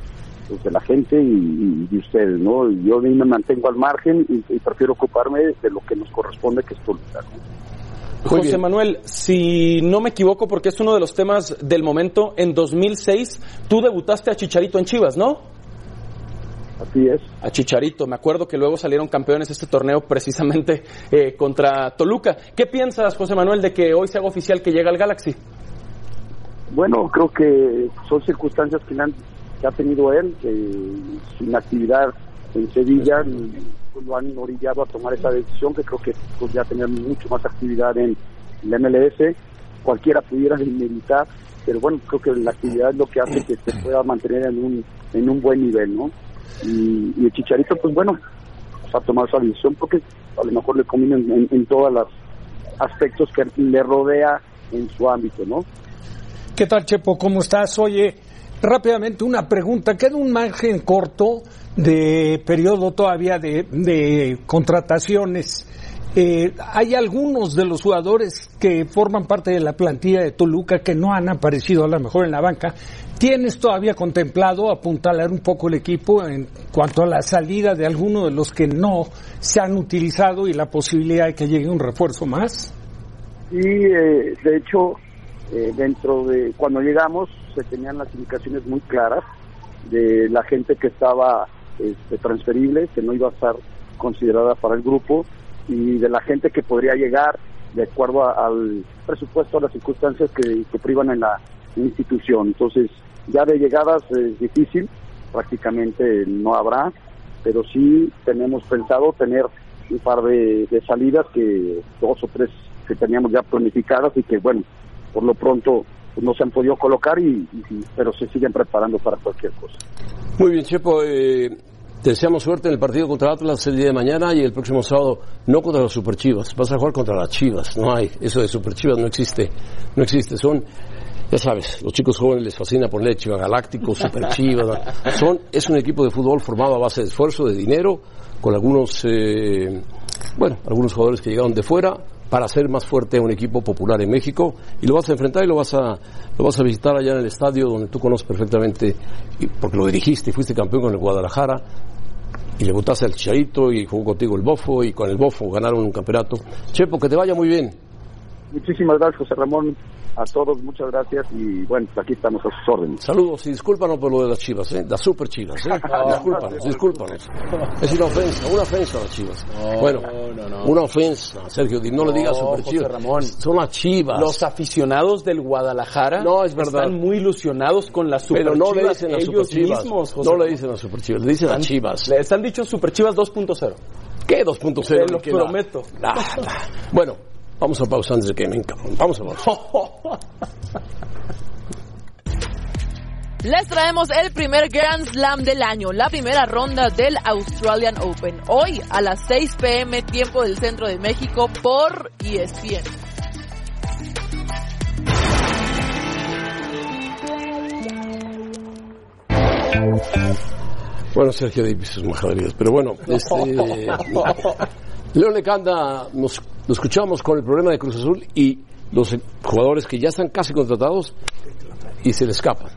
Speaker 16: pues, de la gente y, y de ustedes, ¿no? Yo ahí me mantengo al margen y, y prefiero ocuparme de lo que nos corresponde, que es Toluca. ¿no?
Speaker 4: José Manuel, si no me equivoco, porque es uno de los temas del momento, en 2006 tú debutaste a Chicharito en Chivas, ¿no?
Speaker 16: Así es.
Speaker 4: A Chicharito, me acuerdo que luego salieron campeones este torneo precisamente eh, contra Toluca. ¿Qué piensas, José Manuel, de que hoy se haga oficial que llega al Galaxy?
Speaker 16: Bueno, creo que son circunstancias que, le han- que ha tenido él, que su inactividad en Sevilla pues, lo han orillado a tomar esa decisión, que creo que podría tener mucho más actividad en la MLS. Cualquiera pudiera meditar, pero bueno, creo que la actividad es lo que hace que se pueda mantener en un, en un buen nivel, ¿no? Y, y el Chicharito, pues bueno, pues, ha tomado esa decisión porque a lo mejor le conviene en, en- en todos los aspectos que le rodea en su ámbito, ¿no?
Speaker 11: ¿Qué tal, Chepo? ¿Cómo estás? Oye, rápidamente una pregunta. ¿Queda un margen corto de periodo todavía de, de contrataciones? Eh, hay algunos de los jugadores que forman parte de la plantilla de Toluca que no han aparecido a lo mejor en la banca. ¿Tienes todavía contemplado apuntalar un poco el equipo en cuanto a la salida de alguno de los que no se han utilizado y la posibilidad de que llegue un refuerzo más?
Speaker 16: Y eh, de hecho, eh, dentro de cuando llegamos se tenían las indicaciones muy claras de la gente que estaba este, transferible, que no iba a estar considerada para el grupo y de la gente que podría llegar de acuerdo a- al presupuesto, a las circunstancias que, que privan en la institución. Entonces, ya de llegadas es difícil, prácticamente no habrá, pero sí tenemos pensado tener un par de, de salidas que dos o tres que teníamos ya planificadas y que bueno, por lo pronto pues, no se han podido colocar y, y- y- pero se siguen preparando para cualquier cosa.
Speaker 2: Muy bien, Chepo. eh, te deseamos suerte en el partido contra Atlas el día de mañana y el próximo sábado no contra los Super Chivas. Vas a jugar contra las Chivas. No hay. Eso de Super Chivas no existe. No existe. Son, ya sabes, los chicos jóvenes les fascina ponerle Chivas Galácticos, Super Chivas. Son, es un equipo de fútbol formado a base de esfuerzo, de dinero, con algunos, eh, bueno, algunos jugadores que llegaron de fuera para hacer más fuerte a un equipo popular en México y lo vas a enfrentar y lo vas a lo vas a visitar allá en el estadio donde tú conoces perfectamente y- porque lo dirigiste y fuiste campeón con el Guadalajara y le botaste al Chicharito y jugó contigo el Bofo y con el Bofo ganaron un campeonato. Chepo, que te vaya muy bien.
Speaker 16: Muchísimas gracias José Ramón, a todos muchas gracias y bueno, pues aquí estamos a sus órdenes.
Speaker 2: Saludos y discúlpanos por lo de las chivas, ¿eh? las super chivas. ¿eh? Discúlpanos, discúlpanos. Es una ofensa, una ofensa a las chivas. bueno, una ofensa, Sergio, Di, no, le digas super
Speaker 4: José
Speaker 2: chivas.
Speaker 4: Ramón.
Speaker 2: Son las chivas.
Speaker 4: Los aficionados del Guadalajara
Speaker 2: No, es verdad.
Speaker 4: están muy ilusionados con las super
Speaker 2: Pero no le
Speaker 4: Chivas,
Speaker 2: dicen las
Speaker 4: ellos
Speaker 2: super chivas.
Speaker 4: mismos, José
Speaker 2: no le
Speaker 4: Ramón.
Speaker 2: dicen las super chivas, le dicen las
Speaker 4: Han-
Speaker 2: chivas.
Speaker 4: Les han dicho super chivas 2.0.
Speaker 2: ¿Qué 2.0?
Speaker 4: Te lo
Speaker 2: ¿Qué nada?
Speaker 4: prometo.
Speaker 2: Nada. Bueno, vamos a pausa antes de que me encabrone. Vamos a pausa.
Speaker 15: Les traemos el primer Grand Slam del año, la primera ronda del Australian Open. Hoy a las 6 pm tiempo del Centro de México por E ESPN.
Speaker 2: Bueno, Sergio Di sus majaderías, pero bueno, este, León Lecanda, nos, lo escuchamos con el problema de Cruz Azul y los jugadores que ya están casi contratados y se le escapan.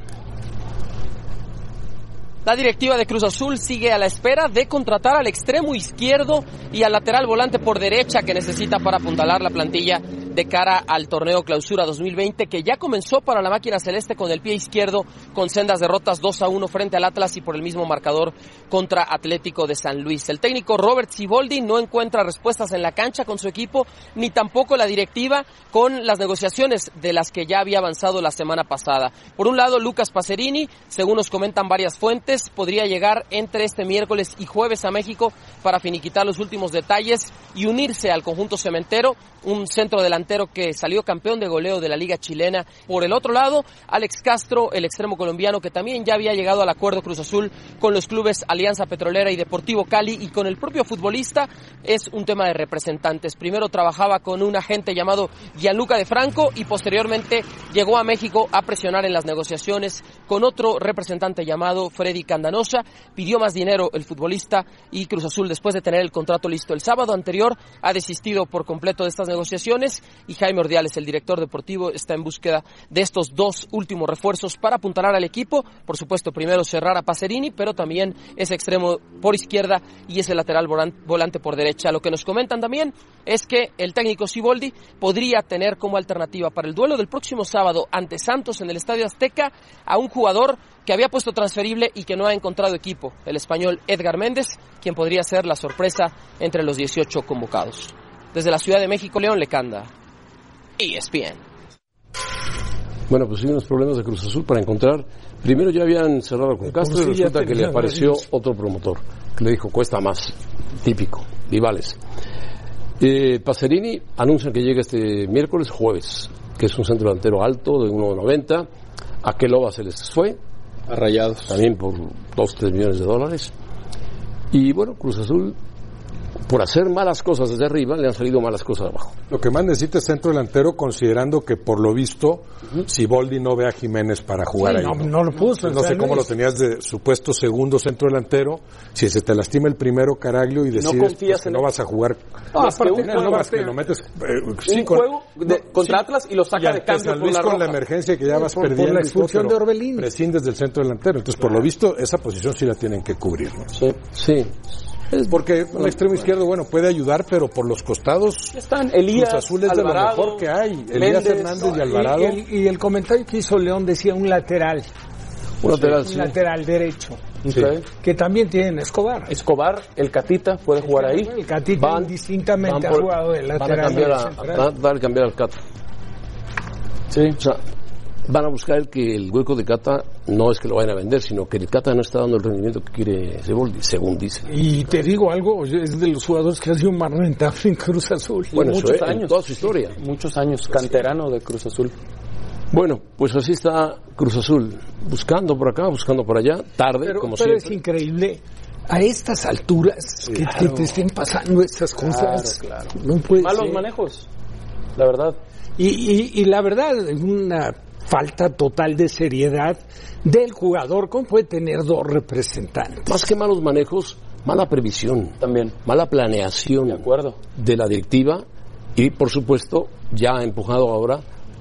Speaker 17: La directiva de Cruz Azul sigue a la espera de contratar al extremo izquierdo y al lateral volante por derecha que necesita para apuntalar la plantilla de cara al torneo Clausura 2020 que ya comenzó para la máquina celeste con el pie izquierdo con sendas derrotas 2 a 1 frente al Atlas y por el mismo marcador contra Atlético de San Luis. El técnico Robert Siboldi no encuentra respuestas en la cancha con su equipo ni tampoco la directiva con las negociaciones de las que ya había avanzado la semana pasada. Por un lado, Lucas Pacerini, según nos comentan varias fuentes, podría llegar entre este miércoles y jueves a México para finiquitar los últimos detalles y unirse al conjunto cementero, un centro delantero que salió campeón de goleo de la Liga Chilena. Por el otro lado, Alex Castro, el extremo colombiano que también ya había llegado al acuerdo Cruz Azul con los clubes Alianza Petrolera y Deportivo Cali y con el propio futbolista, es un tema de representantes. Primero trabajaba con un agente llamado Gianluca de Franco y posteriormente llegó a México a presionar en las negociaciones con otro representante llamado Freddy Candanosa. Pidió más dinero el futbolista y Cruz Azul, después de tener el contrato listo el sábado anterior, ha desistido por completo de estas negociaciones y Jaime Ordiales, el director deportivo, está en búsqueda de estos dos últimos refuerzos para apuntalar al equipo. Por supuesto, primero cerrar a Pacerini, pero también ese extremo por izquierda y ese lateral volan- volante por derecha. Lo que nos comentan también es que el técnico Siboldi podría tener como alternativa para el duelo del próximo sábado ante Santos en el Estadio Azteca a un jugador que había puesto transferible y que no ha encontrado equipo, el español Edgar Méndez, quien podría ser la sorpresa entre los 18 convocados. Desde la Ciudad de México, León Lecanda, E ESPN.
Speaker 2: Bueno, pues sí, unos problemas de Cruz Azul para encontrar. Primero ya habían cerrado con Castro y
Speaker 11: Eh, sí ya
Speaker 2: resulta que le
Speaker 11: tenían
Speaker 2: apareció
Speaker 11: varios.
Speaker 2: otro promotor que le dijo cuesta más. Típico, rivales. Eh, Pacerini anuncia que llega este miércoles, jueves, que es un centro delantero alto de 1,90. A Queloba se les fue.
Speaker 18: A Rayados.
Speaker 2: También por 2, 3 millones de dólares. Y bueno, Cruz Azul, por hacer malas cosas desde arriba, le han salido malas cosas abajo.
Speaker 3: Lo que más necesita es centro delantero, considerando que por lo visto, Siboldi no ve a Jiménez para jugar
Speaker 11: Sí,
Speaker 3: ahí.
Speaker 11: no, no lo puso,
Speaker 3: Entonces, No
Speaker 11: o sea,
Speaker 3: sé
Speaker 11: no
Speaker 3: cómo lo
Speaker 11: es-
Speaker 3: tenías de supuesto segundo centro delantero. Si se te lastima el primero, Caraglio, y decides
Speaker 4: confías
Speaker 3: pues, que
Speaker 4: en
Speaker 3: no
Speaker 4: él.
Speaker 3: vas a jugar.
Speaker 4: Ah,
Speaker 3: Más que
Speaker 4: aparte,
Speaker 3: un
Speaker 4: no,
Speaker 3: juego,
Speaker 4: no,
Speaker 3: más que
Speaker 4: aparte.
Speaker 3: lo metes, eh,
Speaker 4: Un
Speaker 3: con-
Speaker 4: juego de- contra Atlas y lo saca
Speaker 3: y ante
Speaker 4: de cambio
Speaker 3: San
Speaker 4: por
Speaker 3: Luis
Speaker 4: la
Speaker 3: con la
Speaker 4: roja.
Speaker 3: emergencia que ya
Speaker 4: Sí,
Speaker 3: vas
Speaker 4: por- por
Speaker 3: perdiendo.
Speaker 4: la
Speaker 3: y todo,
Speaker 4: expulsión
Speaker 3: pero
Speaker 4: de Orbelín.
Speaker 3: Prescindes del centro delantero. Entonces, por lo visto, esa posición sí la tienen que cubrir. ¿no?
Speaker 2: Sí.
Speaker 3: Porque un extremo izquierdo, bueno, puede ayudar, pero por los costados.
Speaker 4: Están Elías,
Speaker 3: Cruz Azul es de lo
Speaker 4: Alvarado,
Speaker 3: mejor que hay. Elías
Speaker 4: Méndez,
Speaker 3: Hernández y Alvarado.
Speaker 11: Y el, y el comentario que hizo León decía un lateral.
Speaker 2: Un lateral, ¿eh?
Speaker 11: Un
Speaker 2: sí.
Speaker 11: lateral derecho.
Speaker 4: Sí.
Speaker 11: Que también tienen a Escobar.
Speaker 4: Escobar, el Catita, puede jugar ahí.
Speaker 11: El Catita
Speaker 4: Van-
Speaker 11: indistintamente
Speaker 4: van por-
Speaker 11: ha jugado de
Speaker 4: van a
Speaker 11: lateral.
Speaker 2: cambiar a-
Speaker 11: central.
Speaker 2: van a dar cambiar al Cat. Sí. O sea, van a buscar el que el hueco de Cata no es que lo vayan a vender, sino que el Cata no está dando el rendimiento que quiere Seboldi, según dicen.
Speaker 11: Y te digo algo, es de los jugadores que ha sido más rentable en Cruz Azul.
Speaker 2: Bueno, eso es, en toda su historia.
Speaker 4: Muchos años, canterano de Cruz Azul.
Speaker 2: Bueno, pues así está Cruz Azul, buscando por acá, buscando por allá, tarde,
Speaker 11: Pero,
Speaker 2: como
Speaker 11: pero
Speaker 2: siempre.
Speaker 11: es increíble. A estas alturas que, que te estén pasando estas cosas, no puede
Speaker 4: Malos
Speaker 11: ser.
Speaker 4: manejos, la verdad.
Speaker 11: Y, y- y la verdad, una falta total de seriedad del jugador. ¿Cómo puede tener dos representantes?
Speaker 2: Más que malos manejos, mala previsión.
Speaker 4: También.
Speaker 2: Mala planeación. De
Speaker 4: acuerdo.
Speaker 2: De la directiva y, por supuesto, ya ha empujado ahora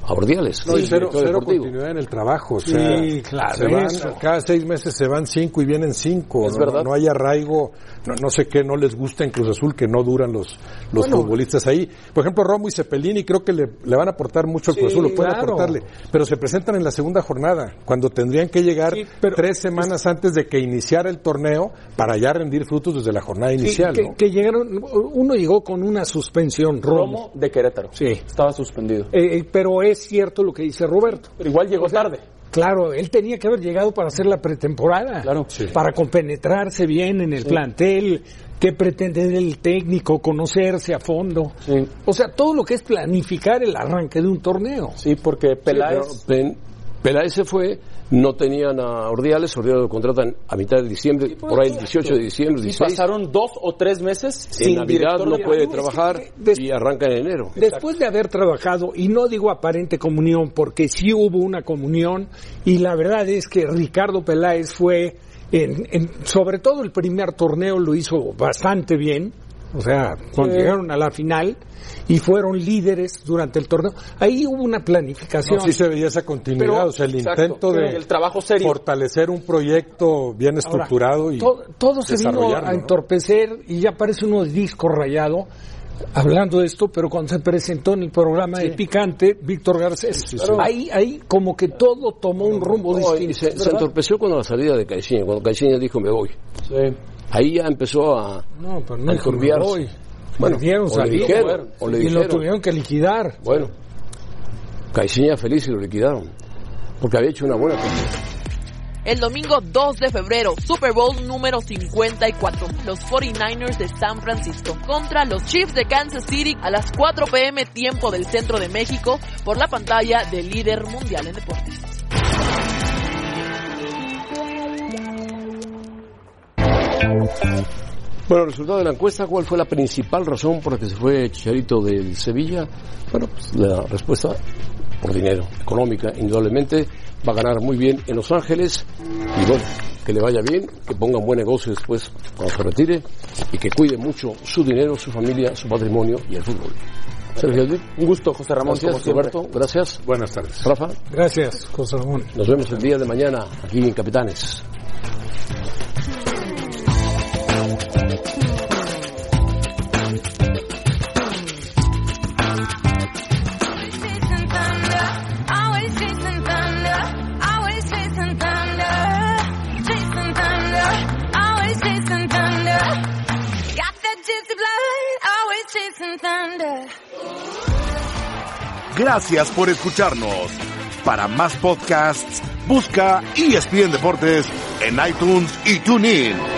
Speaker 2: a Ordiales.
Speaker 3: No, y
Speaker 2: el
Speaker 3: cero,
Speaker 2: director
Speaker 3: cero
Speaker 2: deportivo.
Speaker 3: continuidad en el trabajo. O
Speaker 2: Sí,
Speaker 3: sea,
Speaker 2: claro,
Speaker 3: se van-
Speaker 2: eso.
Speaker 3: cada seis meses se van cinco y vienen cinco.
Speaker 2: Es
Speaker 3: no,
Speaker 2: verdad.
Speaker 3: no hay arraigo, no, no sé qué, no les gusta en Cruz Azul que no duran los, los
Speaker 11: Bueno.
Speaker 3: futbolistas ahí. Por ejemplo, Romo y Cepelini creo que le, le van a aportar mucho al
Speaker 11: Sí,
Speaker 3: Cruz Azul, lo pueden
Speaker 11: claro.
Speaker 3: aportarle. Pero se presentan en la segunda jornada, cuando tendrían que llegar tres semanas antes de que iniciara el torneo para ya rendir frutos desde la jornada
Speaker 11: Sí,
Speaker 3: inicial.
Speaker 11: que,
Speaker 3: ¿no?
Speaker 11: que llegaron, uno llegó con una suspensión, Romo.
Speaker 4: Romo de Querétaro. Sí. Estaba suspendido.
Speaker 11: Eh, pero es cierto lo que dice Roberto.
Speaker 4: Pero igual llegó tarde.
Speaker 11: Claro, él tenía que haber llegado para hacer la pretemporada, para compenetrarse bien en el
Speaker 4: Sí.
Speaker 11: plantel, qué pretende el técnico, conocerse a fondo. O sea, todo lo que es planificar el arranque de un torneo.
Speaker 4: Sí, porque
Speaker 2: Sí, pero Pen- Peláez se fue, no tenían a Ordiales, Ordiales lo contratan a mitad de diciembre, por ahí el 18 de diciembre,
Speaker 4: Y
Speaker 2: 16.
Speaker 4: pues, pasaron dos o tres meses
Speaker 2: En
Speaker 4: sin
Speaker 2: Navidad
Speaker 4: director
Speaker 2: no
Speaker 4: deportivo.
Speaker 2: puede trabajar y arranca en enero.
Speaker 11: Después de haber trabajado, y no digo aparente comunión, porque sí hubo una comunión, y la verdad es que Ricardo Peláez fue, en, en- sobre todo el primer torneo lo hizo bastante bien, o sea, cuando
Speaker 2: Sí.
Speaker 11: llegaron a la final y fueron líderes durante el torneo, ahí hubo una planificación.
Speaker 3: No, sí se veía esa continuidad,
Speaker 11: Pero-
Speaker 3: o sea, el
Speaker 11: Exacto.
Speaker 3: intento de
Speaker 11: El trabajo serio.
Speaker 3: fortalecer un proyecto bien
Speaker 11: Ahora,
Speaker 3: estructurado y
Speaker 11: to- todo se vino
Speaker 3: desarrollarlo,
Speaker 11: a
Speaker 3: ¿no?
Speaker 11: entorpecer y ya parece uno de disco rayado hablando de esto, pero cuando se presentó en el programa de Picante, Víctor Garcés,
Speaker 2: sí.
Speaker 11: ahí, ahí como que todo tomó un rumbo
Speaker 2: No, y
Speaker 11: distinto.
Speaker 2: se, se
Speaker 11: ¿verdad?
Speaker 2: entorpeció cuando la salida de Caixinha, cuando Caixinha dijo me voy. Ahí ya empezó a,
Speaker 11: No, pero
Speaker 2: a
Speaker 11: no dijo, "Me
Speaker 2: enturbiarse.
Speaker 11: voy".
Speaker 2: Bueno,
Speaker 11: Debieron
Speaker 2: o le
Speaker 11: salir,
Speaker 2: dijeron, o le
Speaker 11: y lo
Speaker 2: dijeron.
Speaker 11: tuvieron que liquidar.
Speaker 2: Bueno, Caixinha feliz y lo liquidaron, porque había hecho una buena cosa.
Speaker 15: El domingo 2 de febrero, Super Bowl número 54, los 49ers de San Francisco contra los Chiefs de Kansas City a las 4 pm tiempo del centro de México por la pantalla del líder mundial en deportes.
Speaker 2: Bueno, el resultado de la encuesta, ¿cuál fue la principal razón por la que se fue Chicharito del Sevilla? Bueno, pues la respuesta, por dinero, económica, indudablemente. Va a ganar muy bien en Los Ángeles y bueno, que le vaya bien, que ponga un buen negocio después cuando se retire y que cuide mucho su dinero, su familia, su patrimonio y el fútbol. Sergio Aldir.
Speaker 4: Un gusto, José Ramón,
Speaker 2: Gracias,
Speaker 4: como siempre.
Speaker 2: Roberto. Gracias. Buenas tardes. Rafa,
Speaker 11: Gracias, José Ramón.
Speaker 2: nos vemos el día de mañana aquí en Capitanes.
Speaker 18: chasing thunder, always chasing thunder, always chasing thunder, chasing thunder, always chasing thunder. Got that gypsy blood, always chasing thunder.
Speaker 1: Gracias por escucharnos. Para más podcasts, busca ESPN Deportes en iTunes y TuneIn.